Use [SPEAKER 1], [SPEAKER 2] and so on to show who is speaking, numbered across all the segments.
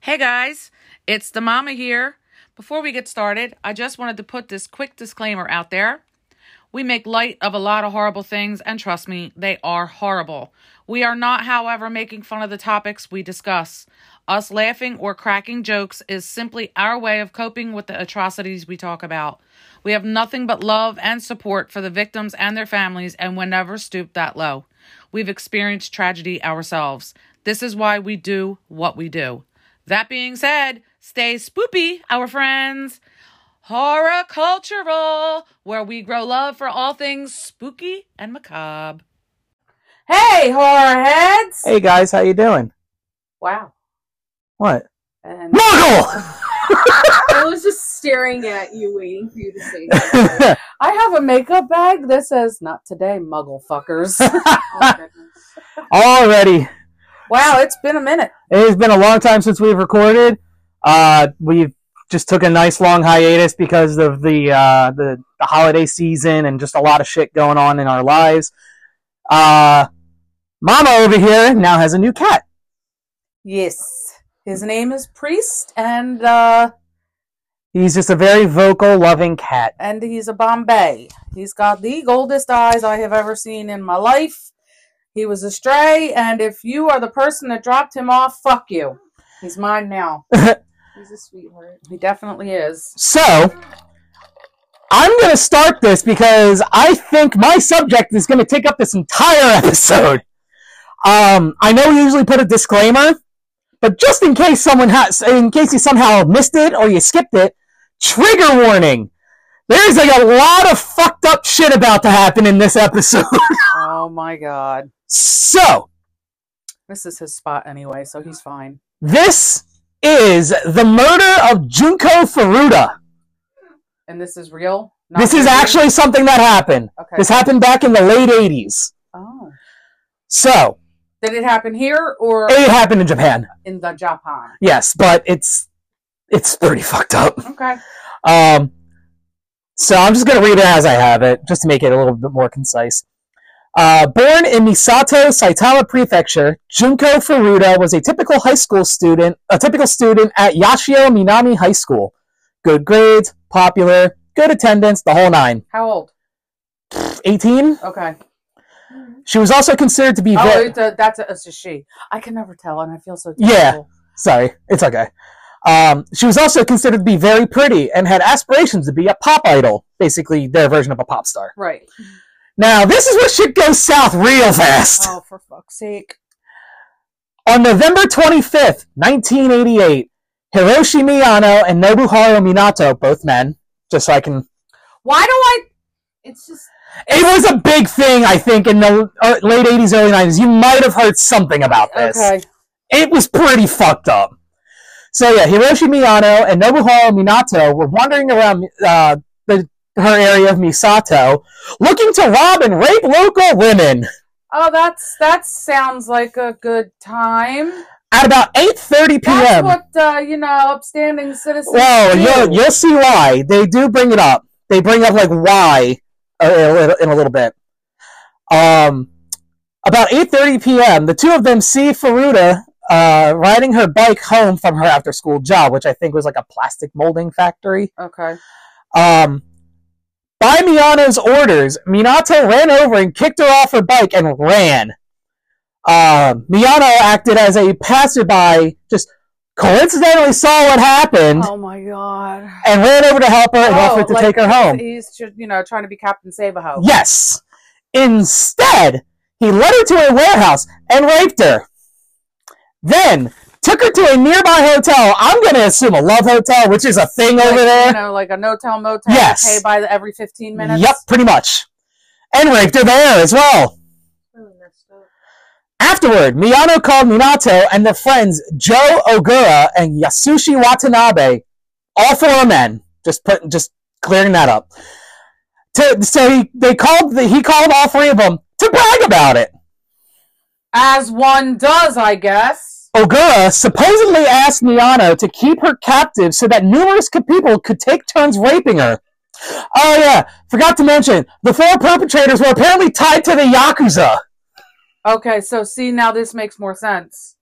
[SPEAKER 1] Hey guys, it's the mama here. Before we get started, I just wanted to put this quick disclaimer out there. We make light of a lot of horrible things, and trust me, they are horrible. We are not, however, making fun of the topics we discuss. Us laughing or cracking jokes is simply our way of coping with the atrocities we talk about. We have nothing but love and support for the victims and their families, and we never stoop that low. We've experienced tragedy ourselves. This is why we do what we do. That being said, stay spoopy, our friends. Horticultural, where we grow love for all things spooky and macabre. Hey, horror heads!
[SPEAKER 2] Hey guys, how you doing?
[SPEAKER 1] Wow.
[SPEAKER 2] What?
[SPEAKER 3] And
[SPEAKER 2] Muggle!
[SPEAKER 3] I was just staring at you, waiting for you to say.
[SPEAKER 1] I have a makeup bag that says, not today, muggle fuckers.
[SPEAKER 3] Oh, goodness.
[SPEAKER 2] Already,
[SPEAKER 1] wow, it's been a minute.
[SPEAKER 2] it has been a long time since we've recorded. Uh, we just took a nice long hiatus because of the, uh, the the holiday season and just a lot of shit going on in our lives. Uh, Mama over here now has a new cat.
[SPEAKER 1] Yes. His name is Priest, and uh,
[SPEAKER 2] He's just a very vocal, loving cat.
[SPEAKER 1] and he's a Bombay. He's got the goldest eyes I have ever seen in my life. He was a stray, and if you are the person that dropped him off, fuck you. He's mine now.
[SPEAKER 3] He's a sweetheart.
[SPEAKER 1] He definitely is.
[SPEAKER 2] So, I'm gonna start this because I think my subject is gonna take up this entire episode. Um, I know we usually put a disclaimer, but just in case someone has, in case you somehow missed it or you skipped it, trigger warning. There's like a lot of fucked up shit about to happen in this episode.
[SPEAKER 1] Oh my god.
[SPEAKER 2] so,
[SPEAKER 1] This is his spot anyway, so he's fine.
[SPEAKER 2] this is the murder of Junko Furuta.
[SPEAKER 1] And this is real? Not
[SPEAKER 2] This is
[SPEAKER 1] creepy?
[SPEAKER 2] actually something that happened.
[SPEAKER 1] Okay.
[SPEAKER 2] This happened back in the late 80s.
[SPEAKER 1] oh.
[SPEAKER 2] So
[SPEAKER 1] Did it happen here or
[SPEAKER 2] it happened in Japan,
[SPEAKER 1] in the Japan?
[SPEAKER 2] yes, but it's it's pretty fucked up.
[SPEAKER 1] Okay.
[SPEAKER 2] Um, so I'm just gonna read it as I have it, just to make it a little bit more concise. Uh, born in Misato, Saitama Prefecture, Junko Furuta was a typical high school student, a typical student at Yashio Minami High School. Good grades, popular, good attendance, the whole nine.
[SPEAKER 1] How old?
[SPEAKER 2] 18.
[SPEAKER 1] Okay.
[SPEAKER 2] She was also considered to be
[SPEAKER 1] Oh,
[SPEAKER 2] very.
[SPEAKER 1] it's a, that's a, it's a she. I can never tell, and I feel so terrible.
[SPEAKER 2] Yeah. Sorry, it's okay. Um, she was also considered to be very pretty and had aspirations to be a pop idol, basically their version of a pop star.
[SPEAKER 1] Right.
[SPEAKER 2] Now, this is where shit goes south real fast.
[SPEAKER 1] Oh, for fuck's sake.
[SPEAKER 2] On November 25th, 1988, Hiroshi Miyano and Nobuharu Minato, both men, just so I can.
[SPEAKER 1] Why do I
[SPEAKER 3] It's just
[SPEAKER 2] It was a big thing, I think, in the uh, late 80s, early 90s. You might have heard something about this.
[SPEAKER 1] Okay.
[SPEAKER 2] it was pretty fucked up. So yeah, Hiroshi Miyano and Nobuharu Minato were wandering around uh, the, her area of Misato, looking to rob and rape local women.
[SPEAKER 1] Oh, that's that sounds like a good time.
[SPEAKER 2] At about 8:30
[SPEAKER 1] That's
[SPEAKER 2] p.m.
[SPEAKER 1] what uh, you know, upstanding citizens.
[SPEAKER 2] Whoa,
[SPEAKER 1] do.
[SPEAKER 2] you'll, you'll see why they do bring it up. They bring up like why uh, in a little, in a little bit. Um, about 8:30 p.m., the two of them see Faruda uh, riding her bike home from her after-school job, which I think was like a plastic molding factory.
[SPEAKER 1] Okay.
[SPEAKER 2] Um, by Miyano's orders, Minato ran over and kicked her off her bike and ran. Um, Miyano acted as a passerby, just coincidentally saw what happened
[SPEAKER 1] Oh my god.
[SPEAKER 2] and ran over to help her and
[SPEAKER 1] Oh,
[SPEAKER 2] offered to
[SPEAKER 1] like-
[SPEAKER 2] take her home.
[SPEAKER 1] He's just you know trying to be Captain Sabahoe.
[SPEAKER 2] Yes. Instead, he led her to a warehouse and raped her. Then took her to a nearby hotel. I'm going to assume a love hotel, which is a thing
[SPEAKER 1] Like,
[SPEAKER 2] over
[SPEAKER 1] You
[SPEAKER 2] there.
[SPEAKER 1] know, like a no tell motel.
[SPEAKER 2] Yes.
[SPEAKER 1] Pay by the, every fifteen minutes.
[SPEAKER 2] Yep, pretty much. And raped her there as well.
[SPEAKER 3] really messed up.
[SPEAKER 2] Afterward, Miyano called Minato and their friends Joe Ogura and Yasushi Watanabe, all four are men. Just put, just clearing that up. To, so he they called the, he called all three of them to brag about it.
[SPEAKER 1] As one does, I guess.
[SPEAKER 2] Ogura supposedly asked Miyano to keep her captive so that numerous co- people could take turns raping her. Oh yeah, forgot to mention the four perpetrators were apparently tied to the yakuza.
[SPEAKER 1] Okay, so see now this makes more sense.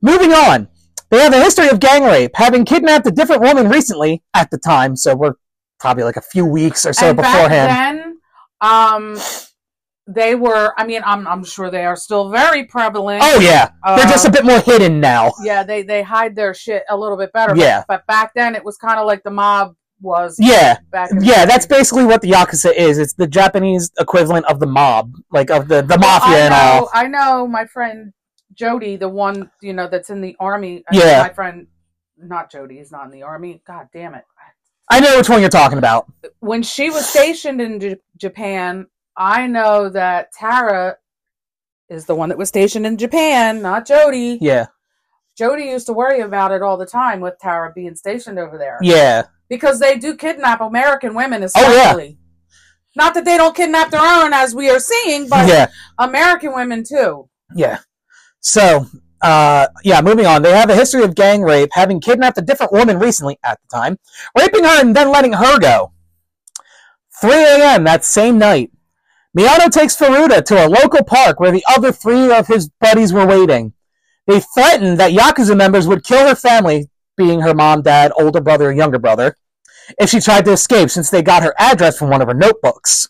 [SPEAKER 2] Moving on. They have a history of gang rape, having kidnapped a different woman recently at the time, so we're probably like a few weeks or so
[SPEAKER 1] and
[SPEAKER 2] beforehand.
[SPEAKER 1] back then, um, they were. I mean, I'm I'm sure they are still very prevalent.
[SPEAKER 2] oh yeah. They're
[SPEAKER 1] Uh,
[SPEAKER 2] just a bit more hidden now.
[SPEAKER 1] yeah, they they hide their shit a little bit better. but-
[SPEAKER 2] Yeah.
[SPEAKER 1] but, back then it was kind of like the mob was.
[SPEAKER 2] Yeah.
[SPEAKER 1] back. in the
[SPEAKER 2] Yeah, that's
[SPEAKER 1] day.
[SPEAKER 2] basically what the Yakuza is. It's the Japanese equivalent of the mob, like of the, the
[SPEAKER 1] Well,
[SPEAKER 2] mafia
[SPEAKER 1] I
[SPEAKER 2] and
[SPEAKER 1] know,
[SPEAKER 2] all.
[SPEAKER 1] I know my friend Jody, the one you know that's in the army. I
[SPEAKER 2] Yeah.
[SPEAKER 1] my friend, not Jody, is not in the army. God damn it.
[SPEAKER 2] I know which one you're talking about.
[SPEAKER 1] when she was stationed in J- Japan, I know that Tara is the one that was stationed in Japan, not Jody.
[SPEAKER 2] Yeah.
[SPEAKER 1] Jody used to worry about it all the time with Tara being stationed over there
[SPEAKER 2] Yeah. Oh,
[SPEAKER 1] because they do kidnap American women,
[SPEAKER 2] yeah.
[SPEAKER 1] especially. Not that they don't kidnap their own, as we are seeing, but
[SPEAKER 2] Yeah.
[SPEAKER 1] American women too.
[SPEAKER 2] Yeah. So, uh, yeah, moving on. They have a history of gang rape, having kidnapped a different woman recently at the time, raping her and then letting her go. 3 a.m. that same night, Miano takes Furuta to a local park where the other three of his buddies were waiting. They threatened that Yakuza members would kill her family, being her mom, dad, older brother, and younger brother, if she tried to escape since they got her address from one of her notebooks.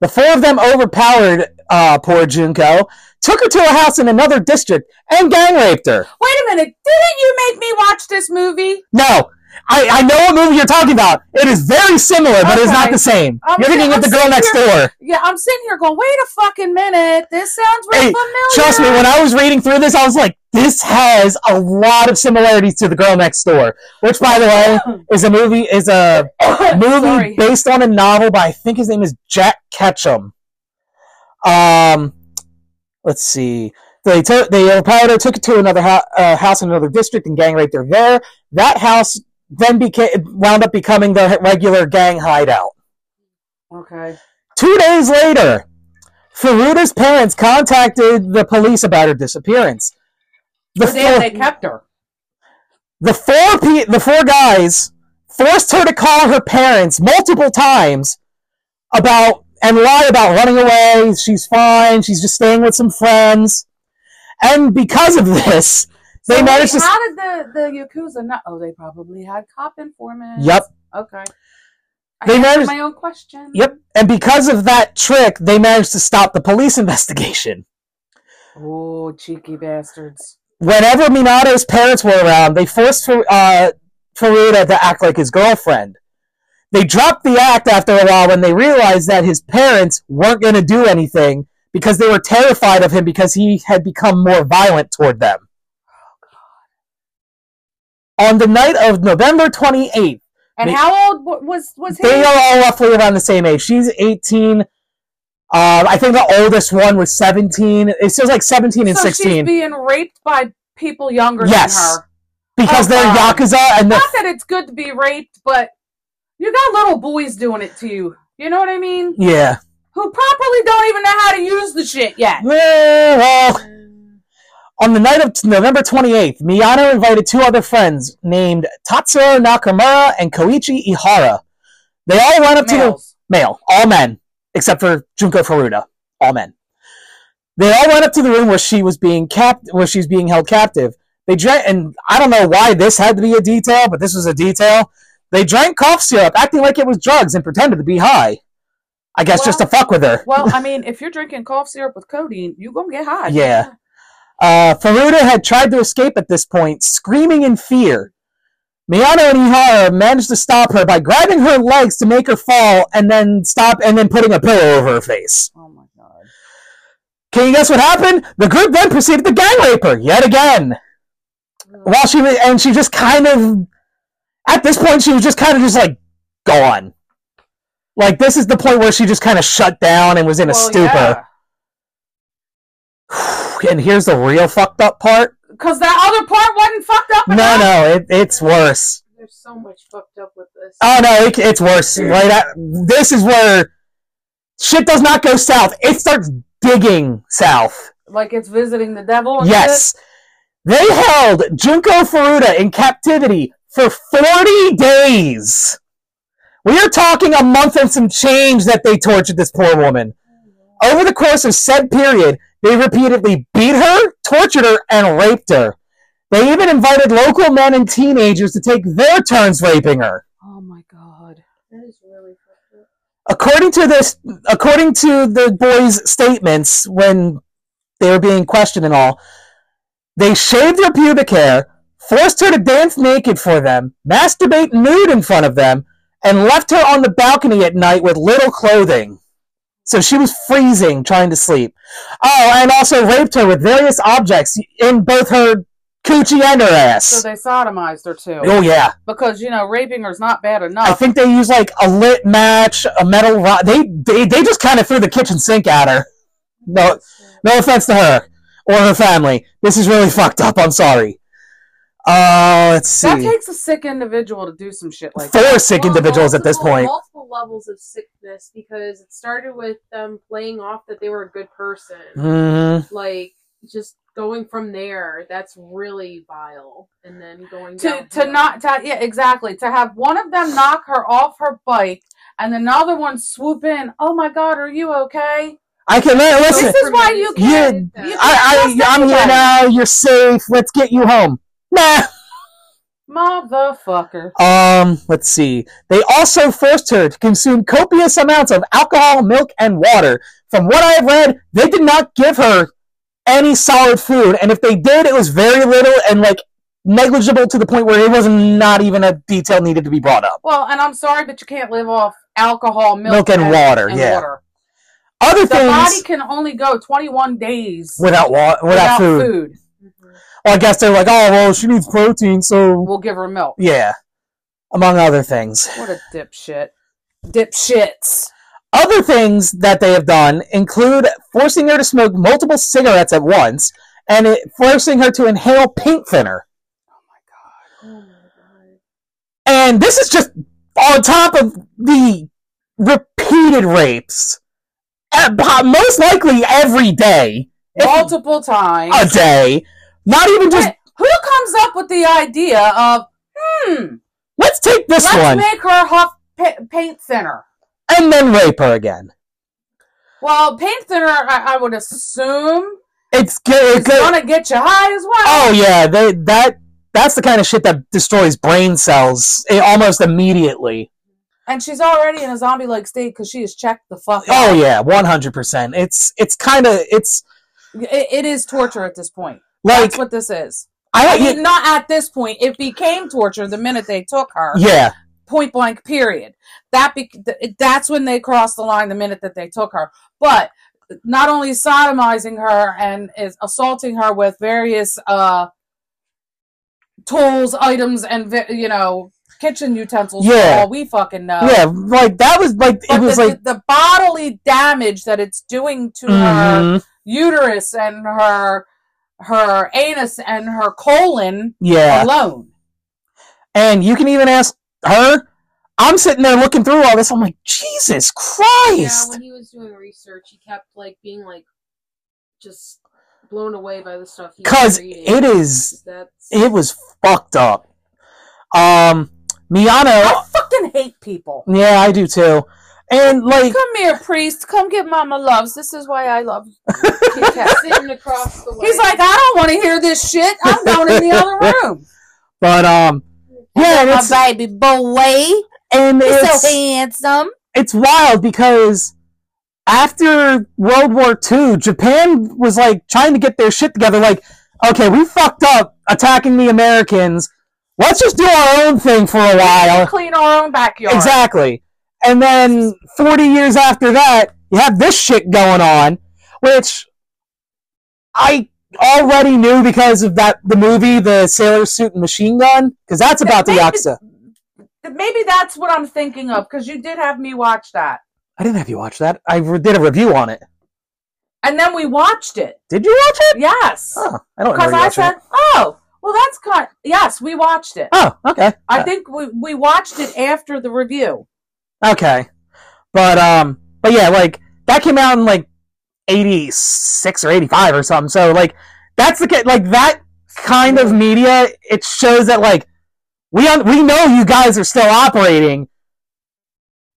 [SPEAKER 2] The four of them overpowered uh, poor Junko, took her to a house in another district and gang raped her.
[SPEAKER 1] Wait a minute, didn't you make me watch this movie?
[SPEAKER 2] No, I, I know what movie you're talking about. It is very similar, but it's not
[SPEAKER 1] Okay.
[SPEAKER 2] the same.
[SPEAKER 1] Um,
[SPEAKER 2] you're thinking
[SPEAKER 1] I'm
[SPEAKER 2] of the girl
[SPEAKER 1] sitting
[SPEAKER 2] next
[SPEAKER 1] here-
[SPEAKER 2] door.
[SPEAKER 1] Yeah, I'm sitting here going, wait a fucking minute, this sounds real
[SPEAKER 2] Hey,
[SPEAKER 1] familiar.
[SPEAKER 2] Trust me, when I was reading through this, I was like, this has a lot of similarities to the girl next door, which, by the way, is a movie is a movie
[SPEAKER 1] Sorry.
[SPEAKER 2] based on a novel by I think his name is Jack Ketchum. Um, let's see. They took they overpowered her, took it to another ho- uh, house in another district, and gang raped her there. That house then became wound up becoming their regular gang hideout.
[SPEAKER 1] Okay.
[SPEAKER 2] Two days later, Faruta's parents contacted the police about her disappearance. The
[SPEAKER 1] But they,
[SPEAKER 2] four-
[SPEAKER 1] they kept her.
[SPEAKER 2] the four pe- the four guys forced her to call her parents multiple times about and lie about running away. She's fine. She's just staying with some friends. And because of this, they
[SPEAKER 1] So
[SPEAKER 2] managed
[SPEAKER 1] wait,
[SPEAKER 2] to.
[SPEAKER 1] How did the the yakuza not? Oh, they probably had cop informants.
[SPEAKER 2] Yep.
[SPEAKER 1] Okay. I
[SPEAKER 2] They
[SPEAKER 1] answered
[SPEAKER 2] managed-
[SPEAKER 1] my own question.
[SPEAKER 2] Yep. And because of that trick, they managed to stop the police investigation.
[SPEAKER 1] Oh, cheeky bastards.
[SPEAKER 2] Whenever Minato's parents were around, they forced Fer- uh, Furuta to act like his girlfriend. They dropped the act after a while when they realized that his parents weren't going to do anything because they were terrified of him because he had become more violent toward them.
[SPEAKER 1] Oh,
[SPEAKER 2] On the night of November 28th,
[SPEAKER 1] And
[SPEAKER 2] They-
[SPEAKER 1] how old wa- was was he?
[SPEAKER 2] they are all roughly around the same age. She's 18. Uh, I think the oldest one was 17. It says like 17 and
[SPEAKER 1] so
[SPEAKER 2] 16
[SPEAKER 1] she's being raped by people younger
[SPEAKER 2] Yes.
[SPEAKER 1] than her.
[SPEAKER 2] because
[SPEAKER 1] oh,
[SPEAKER 2] they're
[SPEAKER 1] God. Ah.
[SPEAKER 2] Yakuza and the
[SPEAKER 1] Not that it's good to be raped, but you got little boys doing it to you. You know what I mean?
[SPEAKER 2] Yeah.
[SPEAKER 1] Who properly don't even know how to use the shit yet.
[SPEAKER 2] Well, on the night of t- November 28th, Miyano invited two other friends named Tatsuo Nakamura and Koichi Ihara. They all went up to the
[SPEAKER 1] Males.
[SPEAKER 2] male, all men, except for Junko Furuta, all men. They all went up to the room where she was being capt- where she was being held captive. They drank, and I don't know why this had to be a detail, but this was a detail. They drank cough syrup, acting like it was drugs, and pretended to be high. I guess just to
[SPEAKER 1] Well-
[SPEAKER 2] fuck with her.
[SPEAKER 1] Well, I mean, if you're drinking cough syrup with codeine, you gonna get high.
[SPEAKER 2] Yeah. Uh, Faruda had tried to escape at this point, screaming in fear. Miyano and Ihara managed to stop her by grabbing her legs to make her fall and then stop and then putting a pillow over her face.
[SPEAKER 1] Oh my god.
[SPEAKER 2] Can you guess what happened? The group then proceeded to gang rape her yet again. While she was, and she just kind of, at this point, she was just kind of just like gone. Like this is the point where she just kind of shut down and was in a stupor. And here's the real fucked up part.
[SPEAKER 1] Because that other part wasn't fucked up
[SPEAKER 2] No,
[SPEAKER 1] enough.
[SPEAKER 2] no, it, it's worse.
[SPEAKER 4] There's so much fucked up with this.
[SPEAKER 2] Oh no, it, it's worse. Right, at, this is where shit does not go south. It starts digging south.
[SPEAKER 1] Like it's visiting the devil. and shit.
[SPEAKER 2] Yes, they held Junko Furuta in captivity for forty days. We are talking a month and some change that they tortured this poor woman. Over the course of said period, they repeatedly beat her, tortured her, and raped her. They even invited local men and teenagers to take their turns raping her.
[SPEAKER 1] Oh my god.
[SPEAKER 5] That is really fucked up.
[SPEAKER 2] According to this, according to the boys' statements when they were being questioned and all, they shaved her pubic hair, forced her to dance naked for them, masturbate nude in front of them, and left her on the balcony at night with little clothing. So she was freezing trying to sleep. Oh, and also raped her with various objects in both her coochie and her
[SPEAKER 1] So
[SPEAKER 2] ass.
[SPEAKER 1] they sodomized her too.
[SPEAKER 2] Oh yeah.
[SPEAKER 1] Because, you know, raping her's not bad
[SPEAKER 2] I
[SPEAKER 1] enough.
[SPEAKER 2] think they used like a lit match, a metal rod. They they, they just kind of threw the kitchen sink at her. No, no offense to her or her family. This is really fucked up. I'm sorry. Uh, let's
[SPEAKER 1] that
[SPEAKER 2] see.
[SPEAKER 1] takes a sick individual to do some shit like that.
[SPEAKER 2] Four sick
[SPEAKER 5] Well,
[SPEAKER 2] individuals at this
[SPEAKER 5] multiple-
[SPEAKER 2] point.
[SPEAKER 5] Multiple levels of sickness because it started with them playing off that they were a good person.
[SPEAKER 2] hmm
[SPEAKER 5] Like just going from there, that's really vile. And then going
[SPEAKER 1] To,
[SPEAKER 5] downhill.
[SPEAKER 1] to not, to, yeah, exactly. To have one of them knock her off her bike and another one swoop in. Oh my god, are you okay?
[SPEAKER 2] I can li-
[SPEAKER 1] This
[SPEAKER 2] listen.
[SPEAKER 1] is why you
[SPEAKER 2] You, I,
[SPEAKER 1] can't.
[SPEAKER 5] Yeah,
[SPEAKER 1] you
[SPEAKER 2] I,
[SPEAKER 1] can't
[SPEAKER 2] I'm
[SPEAKER 1] trust
[SPEAKER 2] here
[SPEAKER 1] anybody.
[SPEAKER 2] now. You're safe. Let's get you home. Nah.
[SPEAKER 1] Motherfucker.
[SPEAKER 2] Um, let's see. They also forced her to consume copious amounts of alcohol, milk, and water. From what I've read, they did not give her any solid food, and if they did, it was very little and like negligible to the point where it was not even a detail needed to be brought up.
[SPEAKER 1] Well, and I'm sorry, but you can't live off alcohol, milk,
[SPEAKER 2] Milk and water,
[SPEAKER 1] and
[SPEAKER 2] yeah.
[SPEAKER 1] water.
[SPEAKER 2] Other
[SPEAKER 1] The body
[SPEAKER 2] things
[SPEAKER 1] can only go 21 days
[SPEAKER 2] without water, without, food.
[SPEAKER 5] Mhm.
[SPEAKER 2] Well, I guess they're like, oh well, she needs protein, so
[SPEAKER 1] We'll give her milk.
[SPEAKER 2] yeah, among other things.
[SPEAKER 1] What a dipshit. Dipshits.
[SPEAKER 2] Other things that they have done include forcing her to smoke multiple cigarettes at once and it, forcing her to inhale paint thinner.
[SPEAKER 5] Oh my god.
[SPEAKER 2] And this is just on top of the repeated rapes. At- po- most likely every day. If- Oh.
[SPEAKER 1] Multiple times.
[SPEAKER 2] a day. Not even just,
[SPEAKER 1] Wait, Who comes up with the idea of, hmm,
[SPEAKER 2] let's take this
[SPEAKER 1] let's
[SPEAKER 2] one
[SPEAKER 1] make her huff pa- paint thinner?
[SPEAKER 2] and then rape her again.
[SPEAKER 1] Well, paint thinner, I, I would assume,
[SPEAKER 2] It's good.
[SPEAKER 1] is going to get you high as well.
[SPEAKER 2] Oh yeah, they, that that's the kind of shit that destroys brain cells eh, almost immediately.
[SPEAKER 1] And she's already in a zombie like state because she is checked the fuck out.
[SPEAKER 2] Oh yeah, one hundred percent. It's it's kind of it's
[SPEAKER 1] It, it is torture at this point.
[SPEAKER 2] like
[SPEAKER 1] That's what this is.
[SPEAKER 2] I
[SPEAKER 1] I mean, not at this point. It became torture the minute they took her.
[SPEAKER 2] yeah
[SPEAKER 1] Point blank. Period. That be- th- that's when they crossed the line. The minute that they took her, but not only sodomizing her and is assaulting her with various uh, tools, items, and vi- you know kitchen utensils. for
[SPEAKER 2] Yeah.
[SPEAKER 1] all we fucking know.
[SPEAKER 2] yeah like that was like
[SPEAKER 1] But
[SPEAKER 2] it was
[SPEAKER 1] the,
[SPEAKER 2] like
[SPEAKER 1] the bodily damage that it's doing to her
[SPEAKER 2] mhm.
[SPEAKER 1] uterus and her her anus and her colon
[SPEAKER 2] yeah,
[SPEAKER 1] alone.
[SPEAKER 2] and you can even ask her. I'm sitting there looking through all this. I'm like, Jesus
[SPEAKER 5] Yeah,
[SPEAKER 2] Christ!
[SPEAKER 5] when he was doing research, he kept like being like just blown away by the stuff he was
[SPEAKER 2] Because
[SPEAKER 5] reading.
[SPEAKER 2] it is
[SPEAKER 5] That's
[SPEAKER 2] it was fucked up. Um, Miano,
[SPEAKER 1] I fucking hate people.
[SPEAKER 2] yeah, I do too. And like,
[SPEAKER 1] Come here, priest. Come get Mama loves. This is why I love you.
[SPEAKER 5] sitting across the way.
[SPEAKER 1] He's like, I don't want to hear this shit. I'm going in the other room.
[SPEAKER 2] but um, yeah, and it's
[SPEAKER 1] My baby boy.
[SPEAKER 2] and
[SPEAKER 1] He's
[SPEAKER 2] it's
[SPEAKER 1] so handsome.
[SPEAKER 2] it's wild because after World War II, Japan was like trying to get their shit together. Like, okay, we fucked up attacking the Americans. Let's just do our own thing for a while.
[SPEAKER 1] Clean our own backyard.
[SPEAKER 2] Exactly. And then 40 years after that, you have this shit going on, which I already knew because of that the movie, the sailor suit and machine gun, because that's about the Yakuza.
[SPEAKER 1] Maybe that's what I'm thinking of because you did have me watch that.
[SPEAKER 2] I didn't have you watch that. I re- did a review on it.
[SPEAKER 1] And then we watched it.
[SPEAKER 2] Did you watch it?
[SPEAKER 1] Yes.
[SPEAKER 2] Oh, I don't
[SPEAKER 1] Because
[SPEAKER 2] remember you
[SPEAKER 1] I
[SPEAKER 2] watching it.
[SPEAKER 1] said, oh, well, that's kind. Yes, we watched it.
[SPEAKER 2] Oh, okay.
[SPEAKER 1] I think we, we watched it after the review.
[SPEAKER 2] Uh, Okay. But um but yeah, like that came out in like 86 or 85 or something. So like that's the ki- like that kind of media it shows that like we un- we know you guys are still operating.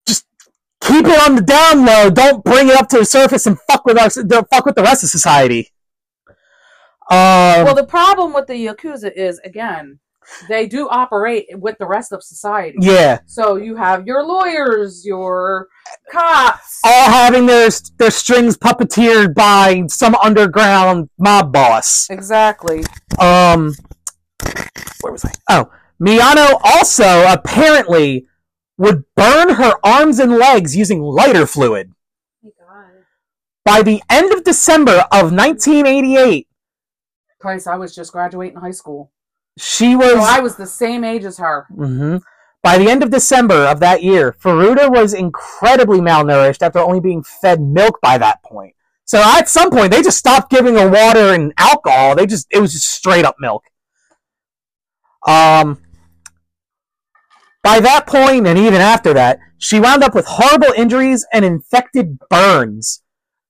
[SPEAKER 2] Just keep it on the down low. Don't bring it up to the surface and fuck with our s- the- fuck with the rest of society. Um,
[SPEAKER 1] well, the problem with the Yakuza is, again, they do operate with the rest of society.
[SPEAKER 2] yeah,
[SPEAKER 5] So you have your lawyers, your cops.
[SPEAKER 2] all having their their strings puppeteered by some underground mob boss.
[SPEAKER 1] Exactly.
[SPEAKER 2] Um, where was I? Oh, Miyano also apparently would burn her arms and legs using lighter fluid.
[SPEAKER 5] Oh my god.
[SPEAKER 2] By the end of December of 1988,
[SPEAKER 1] Christ, I was just graduating high school.
[SPEAKER 2] she
[SPEAKER 1] So
[SPEAKER 2] was.
[SPEAKER 1] I was the same age as her.
[SPEAKER 2] Mhm. By the end of December of that year, Faruda was incredibly malnourished after only being fed milk by that point. So at some point, they just stopped giving her water and alcohol. They just it was just straight up milk. Um. By that point, and even after that, she wound up with horrible injuries and infected burns,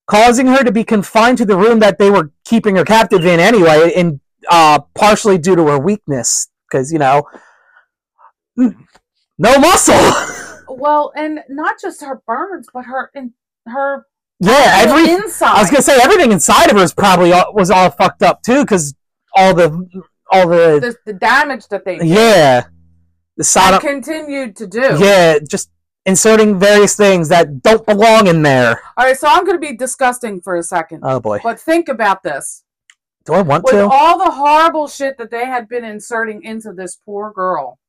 [SPEAKER 2] causing her to be confined to the room that they were keeping her captive in anyway, and uh, partially due to her weakness, because you know no muscle.
[SPEAKER 1] Well, and not just her burns, but her in, her
[SPEAKER 2] yeah, every.
[SPEAKER 1] inside.
[SPEAKER 2] I was gonna say everything inside of her is probably all, was all fucked up too, because all the all the
[SPEAKER 1] the, the damage that they
[SPEAKER 2] yeah the
[SPEAKER 1] and
[SPEAKER 2] sodom
[SPEAKER 1] continued to do.
[SPEAKER 2] yeah just inserting various things that don't belong in there.
[SPEAKER 1] All right, so I'm going to be disgusting for a second,
[SPEAKER 2] Oh boy,
[SPEAKER 1] but think about this.
[SPEAKER 2] do I want
[SPEAKER 1] With
[SPEAKER 2] to?
[SPEAKER 1] all the horrible shit that they had been inserting into this poor girl,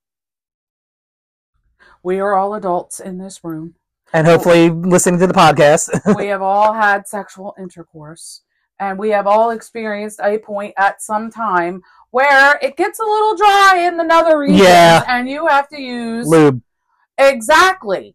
[SPEAKER 1] we are all adults in this room.
[SPEAKER 2] and hopefully listening to the podcast.
[SPEAKER 1] we have all had sexual intercourse and we have all experienced a point at some time where it gets a little dry in the nether regions
[SPEAKER 2] Yeah.
[SPEAKER 1] and you have to use
[SPEAKER 2] Lube.
[SPEAKER 1] exactly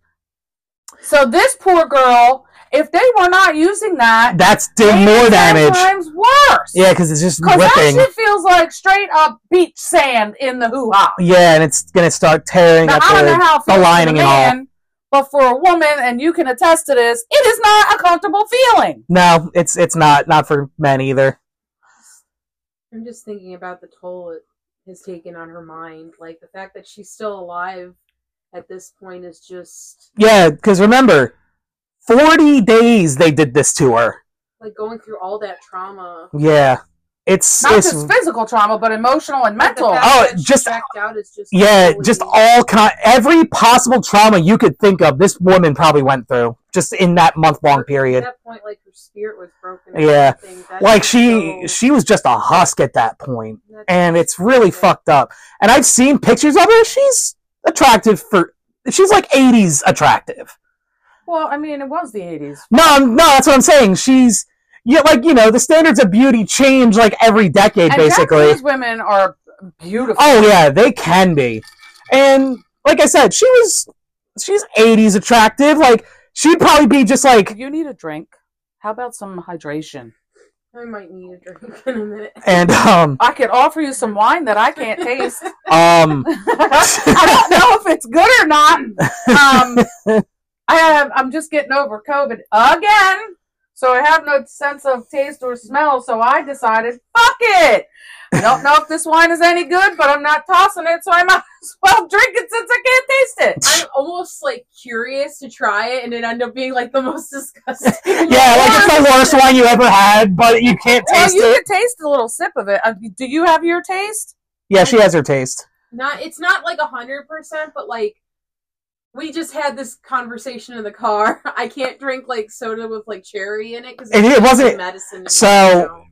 [SPEAKER 1] so this poor girl if they were not using that
[SPEAKER 2] That's did
[SPEAKER 1] it
[SPEAKER 2] more
[SPEAKER 1] is
[SPEAKER 2] damage.
[SPEAKER 1] sometimes worse
[SPEAKER 2] Yeah, because it's just
[SPEAKER 1] because that
[SPEAKER 2] ripping.
[SPEAKER 1] shit feels like straight up beach sand in the hoo-ha
[SPEAKER 2] Yeah, and it's gonna start tearing
[SPEAKER 1] now,
[SPEAKER 2] up
[SPEAKER 1] I don't know
[SPEAKER 2] her.
[SPEAKER 1] how it
[SPEAKER 2] the
[SPEAKER 1] feels
[SPEAKER 2] lining
[SPEAKER 1] for the
[SPEAKER 2] and all.
[SPEAKER 1] man, but for a woman and you can attest to this it is not a comfortable feeling
[SPEAKER 2] No, it's it's not not for men either.
[SPEAKER 5] I'm just thinking about the toll it has taken on her mind. Like the fact that she's still alive at this point is just
[SPEAKER 2] Yeah, because remember, 40 days they did this to her.
[SPEAKER 5] like going through all that trauma.
[SPEAKER 2] Yeah. It's,
[SPEAKER 1] not
[SPEAKER 2] it's
[SPEAKER 1] just physical trauma, but emotional and
[SPEAKER 5] Like, the
[SPEAKER 1] mental.
[SPEAKER 5] fact
[SPEAKER 2] Oh,
[SPEAKER 5] that she
[SPEAKER 2] just-
[SPEAKER 5] backed out is just
[SPEAKER 2] yeah,
[SPEAKER 5] totally-
[SPEAKER 2] just all kind, every possible trauma you could think of, this woman probably went through just in that month long
[SPEAKER 5] At
[SPEAKER 2] period.
[SPEAKER 5] that point, like her spirit was broken.
[SPEAKER 2] Yeah. Like she,
[SPEAKER 5] she
[SPEAKER 2] she was just a husk at that point,
[SPEAKER 5] That's
[SPEAKER 2] and it's really fucked up. And I've seen pictures of her. She's attractive for, she's like 80s attractive.
[SPEAKER 1] Well, I mean, it was the eighties.
[SPEAKER 2] No, I'm- no, that's what I'm saying. She's, yeah, like you know, the standards of beauty change like every decade,
[SPEAKER 1] And
[SPEAKER 2] basically.
[SPEAKER 1] Japanese women are beautiful.
[SPEAKER 2] Oh yeah, they can be. And like I said, she was she's 80s attractive. Like she'd probably be just like
[SPEAKER 1] Oh, you need a drink. How about some hydration?
[SPEAKER 5] I might need a drink in a minute.
[SPEAKER 2] and um
[SPEAKER 1] I could offer you some wine that I can't taste.
[SPEAKER 2] um
[SPEAKER 1] I don't know if it's good or not. Um, I have. I'm just getting over COVID again, so I have no sense of taste or smell. So I decided, fuck it. I don't know if this wine is any good, but I'm not tossing it, so I might as well drink it since I can't taste it.
[SPEAKER 5] I'm almost like curious to try it, and it end up being like the most disgusting.
[SPEAKER 2] yeah, like it's the worst wine you ever had, but you can't
[SPEAKER 1] Well,
[SPEAKER 2] taste
[SPEAKER 1] you
[SPEAKER 2] it.
[SPEAKER 1] can taste a little sip of it. Uh, Do you have your taste?
[SPEAKER 2] Yeah, she has her taste.
[SPEAKER 5] not it's not like a hundred percent, but like we just had this conversation in the car. I can't drink like soda with like cherry in it because
[SPEAKER 2] And it wasn't-
[SPEAKER 5] medicine.
[SPEAKER 2] so-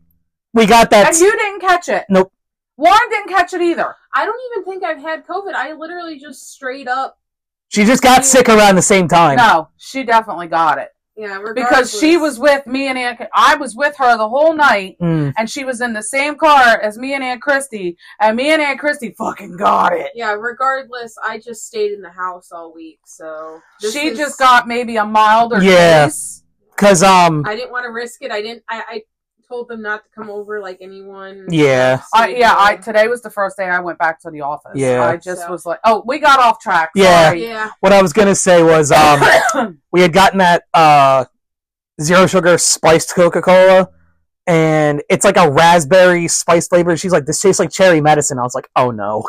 [SPEAKER 2] We got that.
[SPEAKER 1] and Uh, you didn't catch it.
[SPEAKER 2] Nope.
[SPEAKER 1] Warren didn't catch it either.
[SPEAKER 5] I don't even think I've had COVID. I literally just straight up.
[SPEAKER 2] she just got sick around the same time.
[SPEAKER 1] No, she definitely got it
[SPEAKER 5] Yeah,
[SPEAKER 1] because she was with me and Aunt. I was with her the whole night.
[SPEAKER 2] Mm.
[SPEAKER 1] and she was in the same car as me and Aunt Christie, and me and Aunt Christie fucking got it.
[SPEAKER 5] Yeah, regardless, I just stayed in the house all week, so this
[SPEAKER 1] she
[SPEAKER 5] is-
[SPEAKER 1] just got maybe a milder
[SPEAKER 2] Yeah.
[SPEAKER 1] case.
[SPEAKER 2] Cause um
[SPEAKER 5] I didn't want to risk it. I didn't. I, I told them not to come over, like anyone.
[SPEAKER 2] Yeah.
[SPEAKER 1] I, yeah, I
[SPEAKER 5] took.
[SPEAKER 1] today was the first day I went back to the office.
[SPEAKER 2] Yeah.
[SPEAKER 1] I just
[SPEAKER 5] So-
[SPEAKER 1] was like, oh, we got off track.
[SPEAKER 2] Yeah.
[SPEAKER 1] Sorry.
[SPEAKER 5] yeah,
[SPEAKER 2] what I was gonna say was um we had gotten that uh, zero sugar spiced Coca Cola, and it's like a raspberry spiced flavor. She's like, "This tastes like cherry medicine." I was like, "Oh no!"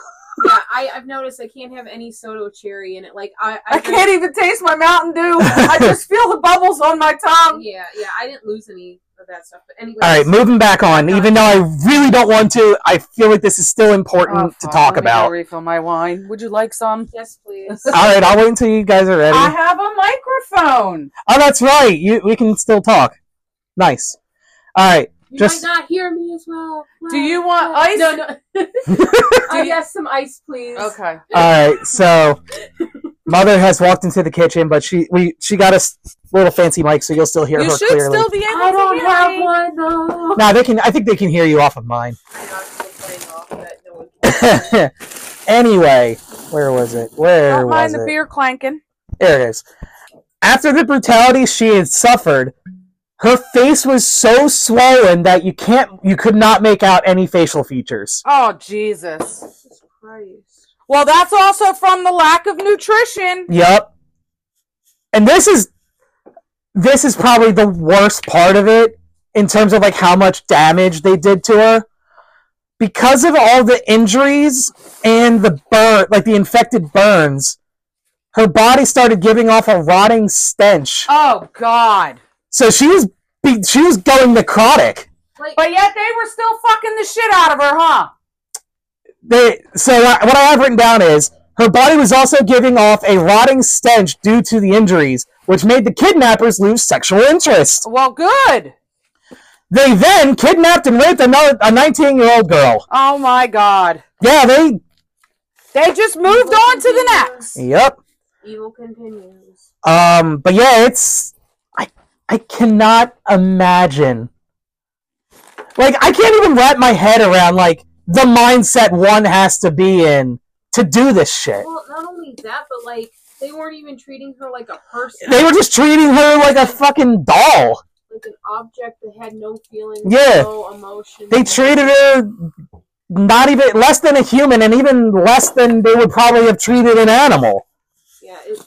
[SPEAKER 5] yeah. I, I've noticed I can't have any soda with cherry in it. Like I, I,
[SPEAKER 1] I can't even taste my Mountain Dew. I just feel the bubbles on my tongue.
[SPEAKER 5] Yeah, yeah. I didn't lose any. of that stuff. But anyway,
[SPEAKER 2] Um, All right, moving back
[SPEAKER 1] Oh
[SPEAKER 2] on. Even though I really don't want to, I feel like this is still important
[SPEAKER 1] Oh,
[SPEAKER 2] to
[SPEAKER 1] fuck,
[SPEAKER 2] talk
[SPEAKER 1] let me go
[SPEAKER 2] about.
[SPEAKER 1] Refill my wine. Would you like some?
[SPEAKER 5] yes, please.
[SPEAKER 2] All right, I'll wait until you guys are ready.
[SPEAKER 1] I have a microphone.
[SPEAKER 2] oh, that's right. You, we can still talk. Nice. All right.
[SPEAKER 5] You
[SPEAKER 2] Just-
[SPEAKER 5] might not hear me as well.
[SPEAKER 1] Do you want ice?
[SPEAKER 5] No, no. oh, yes, some ice, please.
[SPEAKER 1] Okay.
[SPEAKER 2] All right. So, mother has walked into the kitchen, but she we she got a s- little fancy mic, so you'll still hear
[SPEAKER 1] You
[SPEAKER 2] her
[SPEAKER 1] should
[SPEAKER 2] clearly.
[SPEAKER 1] still be able
[SPEAKER 5] I
[SPEAKER 1] to
[SPEAKER 5] don't
[SPEAKER 1] hear
[SPEAKER 5] have
[SPEAKER 1] me.
[SPEAKER 5] one, no.
[SPEAKER 2] Nah, they can. I think they can hear you off of mine.
[SPEAKER 5] I'm not playing off that no one
[SPEAKER 2] anyway, where was it? Where
[SPEAKER 1] Don't
[SPEAKER 2] was
[SPEAKER 1] mind the
[SPEAKER 2] it?
[SPEAKER 1] beer clanking.
[SPEAKER 2] There it is. After the brutality she had suffered, her face was so swollen that you can't you could not make out any facial features.
[SPEAKER 1] Oh Jesus.
[SPEAKER 5] Jesus Christ.
[SPEAKER 1] Well, that's also from the lack of nutrition.
[SPEAKER 2] Yep. And this is this is probably the worst part of it in terms of like how much damage they did to her. Because of all the injuries and the burn like the infected burns, her body started giving off a rotting stench.
[SPEAKER 1] Oh God.
[SPEAKER 2] So she was be- she was going necrotic.
[SPEAKER 5] Like,
[SPEAKER 1] But yet they were still fucking the shit out of her, huh?
[SPEAKER 2] They so I- what I have written down is her body was also giving off a rotting stench due to the injuries, which made the kidnappers lose sexual interest.
[SPEAKER 1] Well, good.
[SPEAKER 2] They then kidnapped and raped another a 19-year-old girl.
[SPEAKER 1] Oh my God.
[SPEAKER 2] Yeah, they
[SPEAKER 1] They just moved on to the next.
[SPEAKER 2] yep.
[SPEAKER 5] evil continues.
[SPEAKER 2] Um, but yeah, it's I I cannot imagine. Like I can't even wrap my head around like the mindset one has to be in to do this shit.
[SPEAKER 5] Well, not only that, but like they weren't even treating her like a person,
[SPEAKER 2] They were just treating her like a fucking doll.
[SPEAKER 5] like an object that had no feelings,
[SPEAKER 2] Yeah.
[SPEAKER 5] no emotion.
[SPEAKER 2] they treated her not even less than a human and even less than they would probably have treated an animal
[SPEAKER 5] Yeah, it,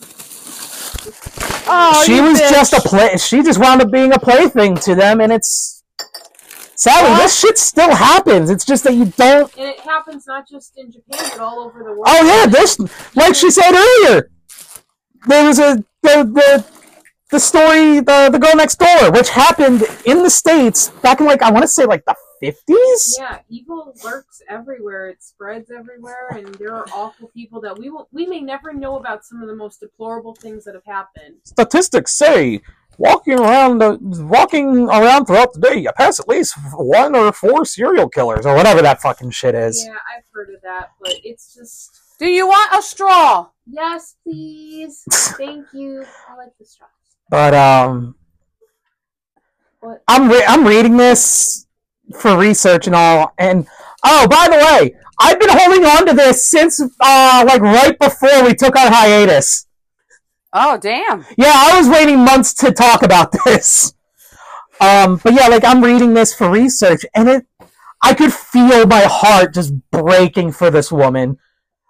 [SPEAKER 1] Oh,
[SPEAKER 2] she
[SPEAKER 1] you
[SPEAKER 2] was
[SPEAKER 1] bitch.
[SPEAKER 2] just a play she just wound up being a plaything to them and it's sadly
[SPEAKER 1] What?
[SPEAKER 2] this shit still happens it's just that you don't
[SPEAKER 5] and it happens not just in Japan but all over the world.
[SPEAKER 2] oh yeah this like she said earlier there was a the the, the story the, the girl next door which happened in the states back in like i want to say like the 50s
[SPEAKER 5] Yeah, evil lurks everywhere. It spreads everywhere, and there are awful people that we will, we may never know about. Some of the most deplorable things that have happened.
[SPEAKER 2] statistics say walking around the, walking around throughout the day you pass at least one or four serial killers or whatever that fucking shit is
[SPEAKER 5] Yeah, I've heard of that, but it's just
[SPEAKER 1] Do you want a straw?
[SPEAKER 5] yes, please, thank you. I like the straws.
[SPEAKER 2] but um
[SPEAKER 5] What?
[SPEAKER 2] i'm re- i'm reading this for research and all and oh by the way i've been holding on to this since uh like right before we took our hiatus
[SPEAKER 1] Oh damn.
[SPEAKER 2] Yeah, I was waiting months to talk about this. Um, but yeah, like I'm reading this for research, and it, I could feel my heart just breaking for this woman.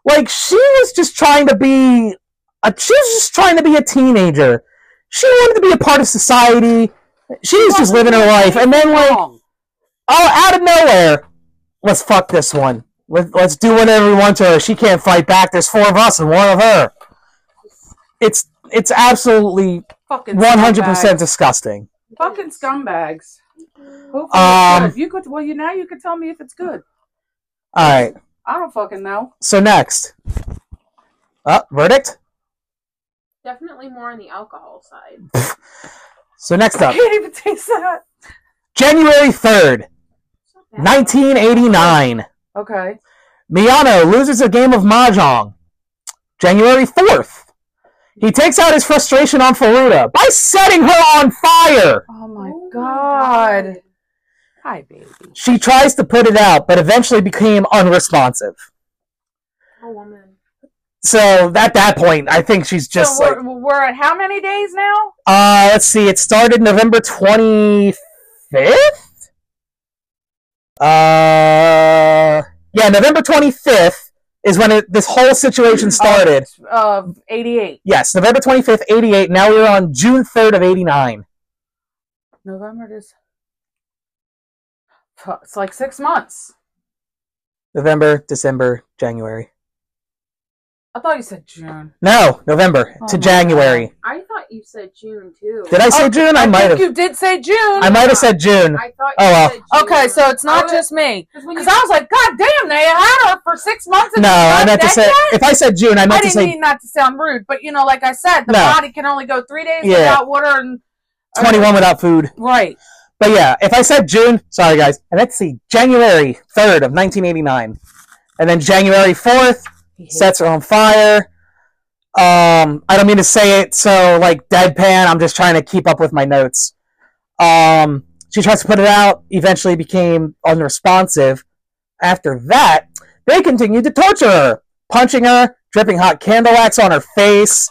[SPEAKER 2] Like she was just trying to be, a, she was just trying to be a teenager. She wanted to be a part of society. She was just living her life, and then like,
[SPEAKER 1] Wrong.
[SPEAKER 2] oh, out of nowhere, let's fuck this one. Let, let's do whatever we want to her. She can't fight back. There's four of us and one of her. It's it's absolutely
[SPEAKER 1] Fucking
[SPEAKER 2] one hundred percent
[SPEAKER 1] scumbags.
[SPEAKER 2] disgusting.
[SPEAKER 1] Fucking scumbags. Hopefully it's
[SPEAKER 2] Um,
[SPEAKER 1] good. If you could, well, you now you could tell me if it's good.
[SPEAKER 2] All right.
[SPEAKER 1] I don't fucking know.
[SPEAKER 2] So next, uh, verdict.
[SPEAKER 5] Definitely more on the alcohol side.
[SPEAKER 2] So next
[SPEAKER 1] I
[SPEAKER 2] up,
[SPEAKER 1] can't even taste that.
[SPEAKER 2] January third,
[SPEAKER 5] It's not bad.
[SPEAKER 2] nineteen eighty nine.
[SPEAKER 1] Okay.
[SPEAKER 2] Miyano loses a game of mahjong. January fourth, he takes out his frustration on Faruda by setting her on fire.
[SPEAKER 1] Oh my
[SPEAKER 5] Oh my
[SPEAKER 1] god.
[SPEAKER 5] God.
[SPEAKER 1] Hi, baby.
[SPEAKER 2] She tries to put it out, but eventually became unresponsive.
[SPEAKER 5] A woman.
[SPEAKER 2] So at that point, I think she's just
[SPEAKER 1] so
[SPEAKER 2] like,
[SPEAKER 1] we're, we're at how many days now?
[SPEAKER 2] uh, let's see, it started November 25th? Uh, yeah, November 25th is when it, this whole
[SPEAKER 1] Oh.
[SPEAKER 2] situation started.
[SPEAKER 1] Uh, 88.
[SPEAKER 2] Yes, November 25th, 88. Now we're on June 3rd of 89.
[SPEAKER 1] November is. Fu- It's like six months.
[SPEAKER 2] November, December, January.
[SPEAKER 1] I thought you said June.
[SPEAKER 2] No, November
[SPEAKER 1] Oh
[SPEAKER 2] to
[SPEAKER 1] my
[SPEAKER 2] January.
[SPEAKER 5] I thought thought you said June too.
[SPEAKER 2] Did I say June? I, might
[SPEAKER 1] Oh, think
[SPEAKER 2] have.
[SPEAKER 1] You did say June.
[SPEAKER 2] I might have said June.
[SPEAKER 5] I thought. You
[SPEAKER 2] Oh, well.
[SPEAKER 5] said June.
[SPEAKER 1] okay, so it's not
[SPEAKER 5] I was-
[SPEAKER 1] just me.
[SPEAKER 5] when you
[SPEAKER 1] Because I was like, God damn, they had her for six months. And
[SPEAKER 2] No,
[SPEAKER 1] she's
[SPEAKER 2] I
[SPEAKER 1] not
[SPEAKER 2] meant to
[SPEAKER 1] dead
[SPEAKER 2] say.
[SPEAKER 1] yet?
[SPEAKER 2] If I said June, I
[SPEAKER 1] I
[SPEAKER 2] meant to
[SPEAKER 1] didn't
[SPEAKER 2] say
[SPEAKER 1] mean that to sound rude, but you know, like I said, the
[SPEAKER 2] No.
[SPEAKER 1] body can only go three days
[SPEAKER 2] Yeah.
[SPEAKER 1] without water and or-
[SPEAKER 2] 21 without food.
[SPEAKER 1] Right.
[SPEAKER 2] But yeah, if I said June, sorry guys, and let's see, January 3rd of 1989. And then January 4th, sets are on fire. Um, I don't mean to say it so like deadpan, I'm just trying to keep up with my notes. Um, she tries to put it out, eventually became unresponsive. After that, they continued to torture her, punching her, dripping hot candle wax on her face,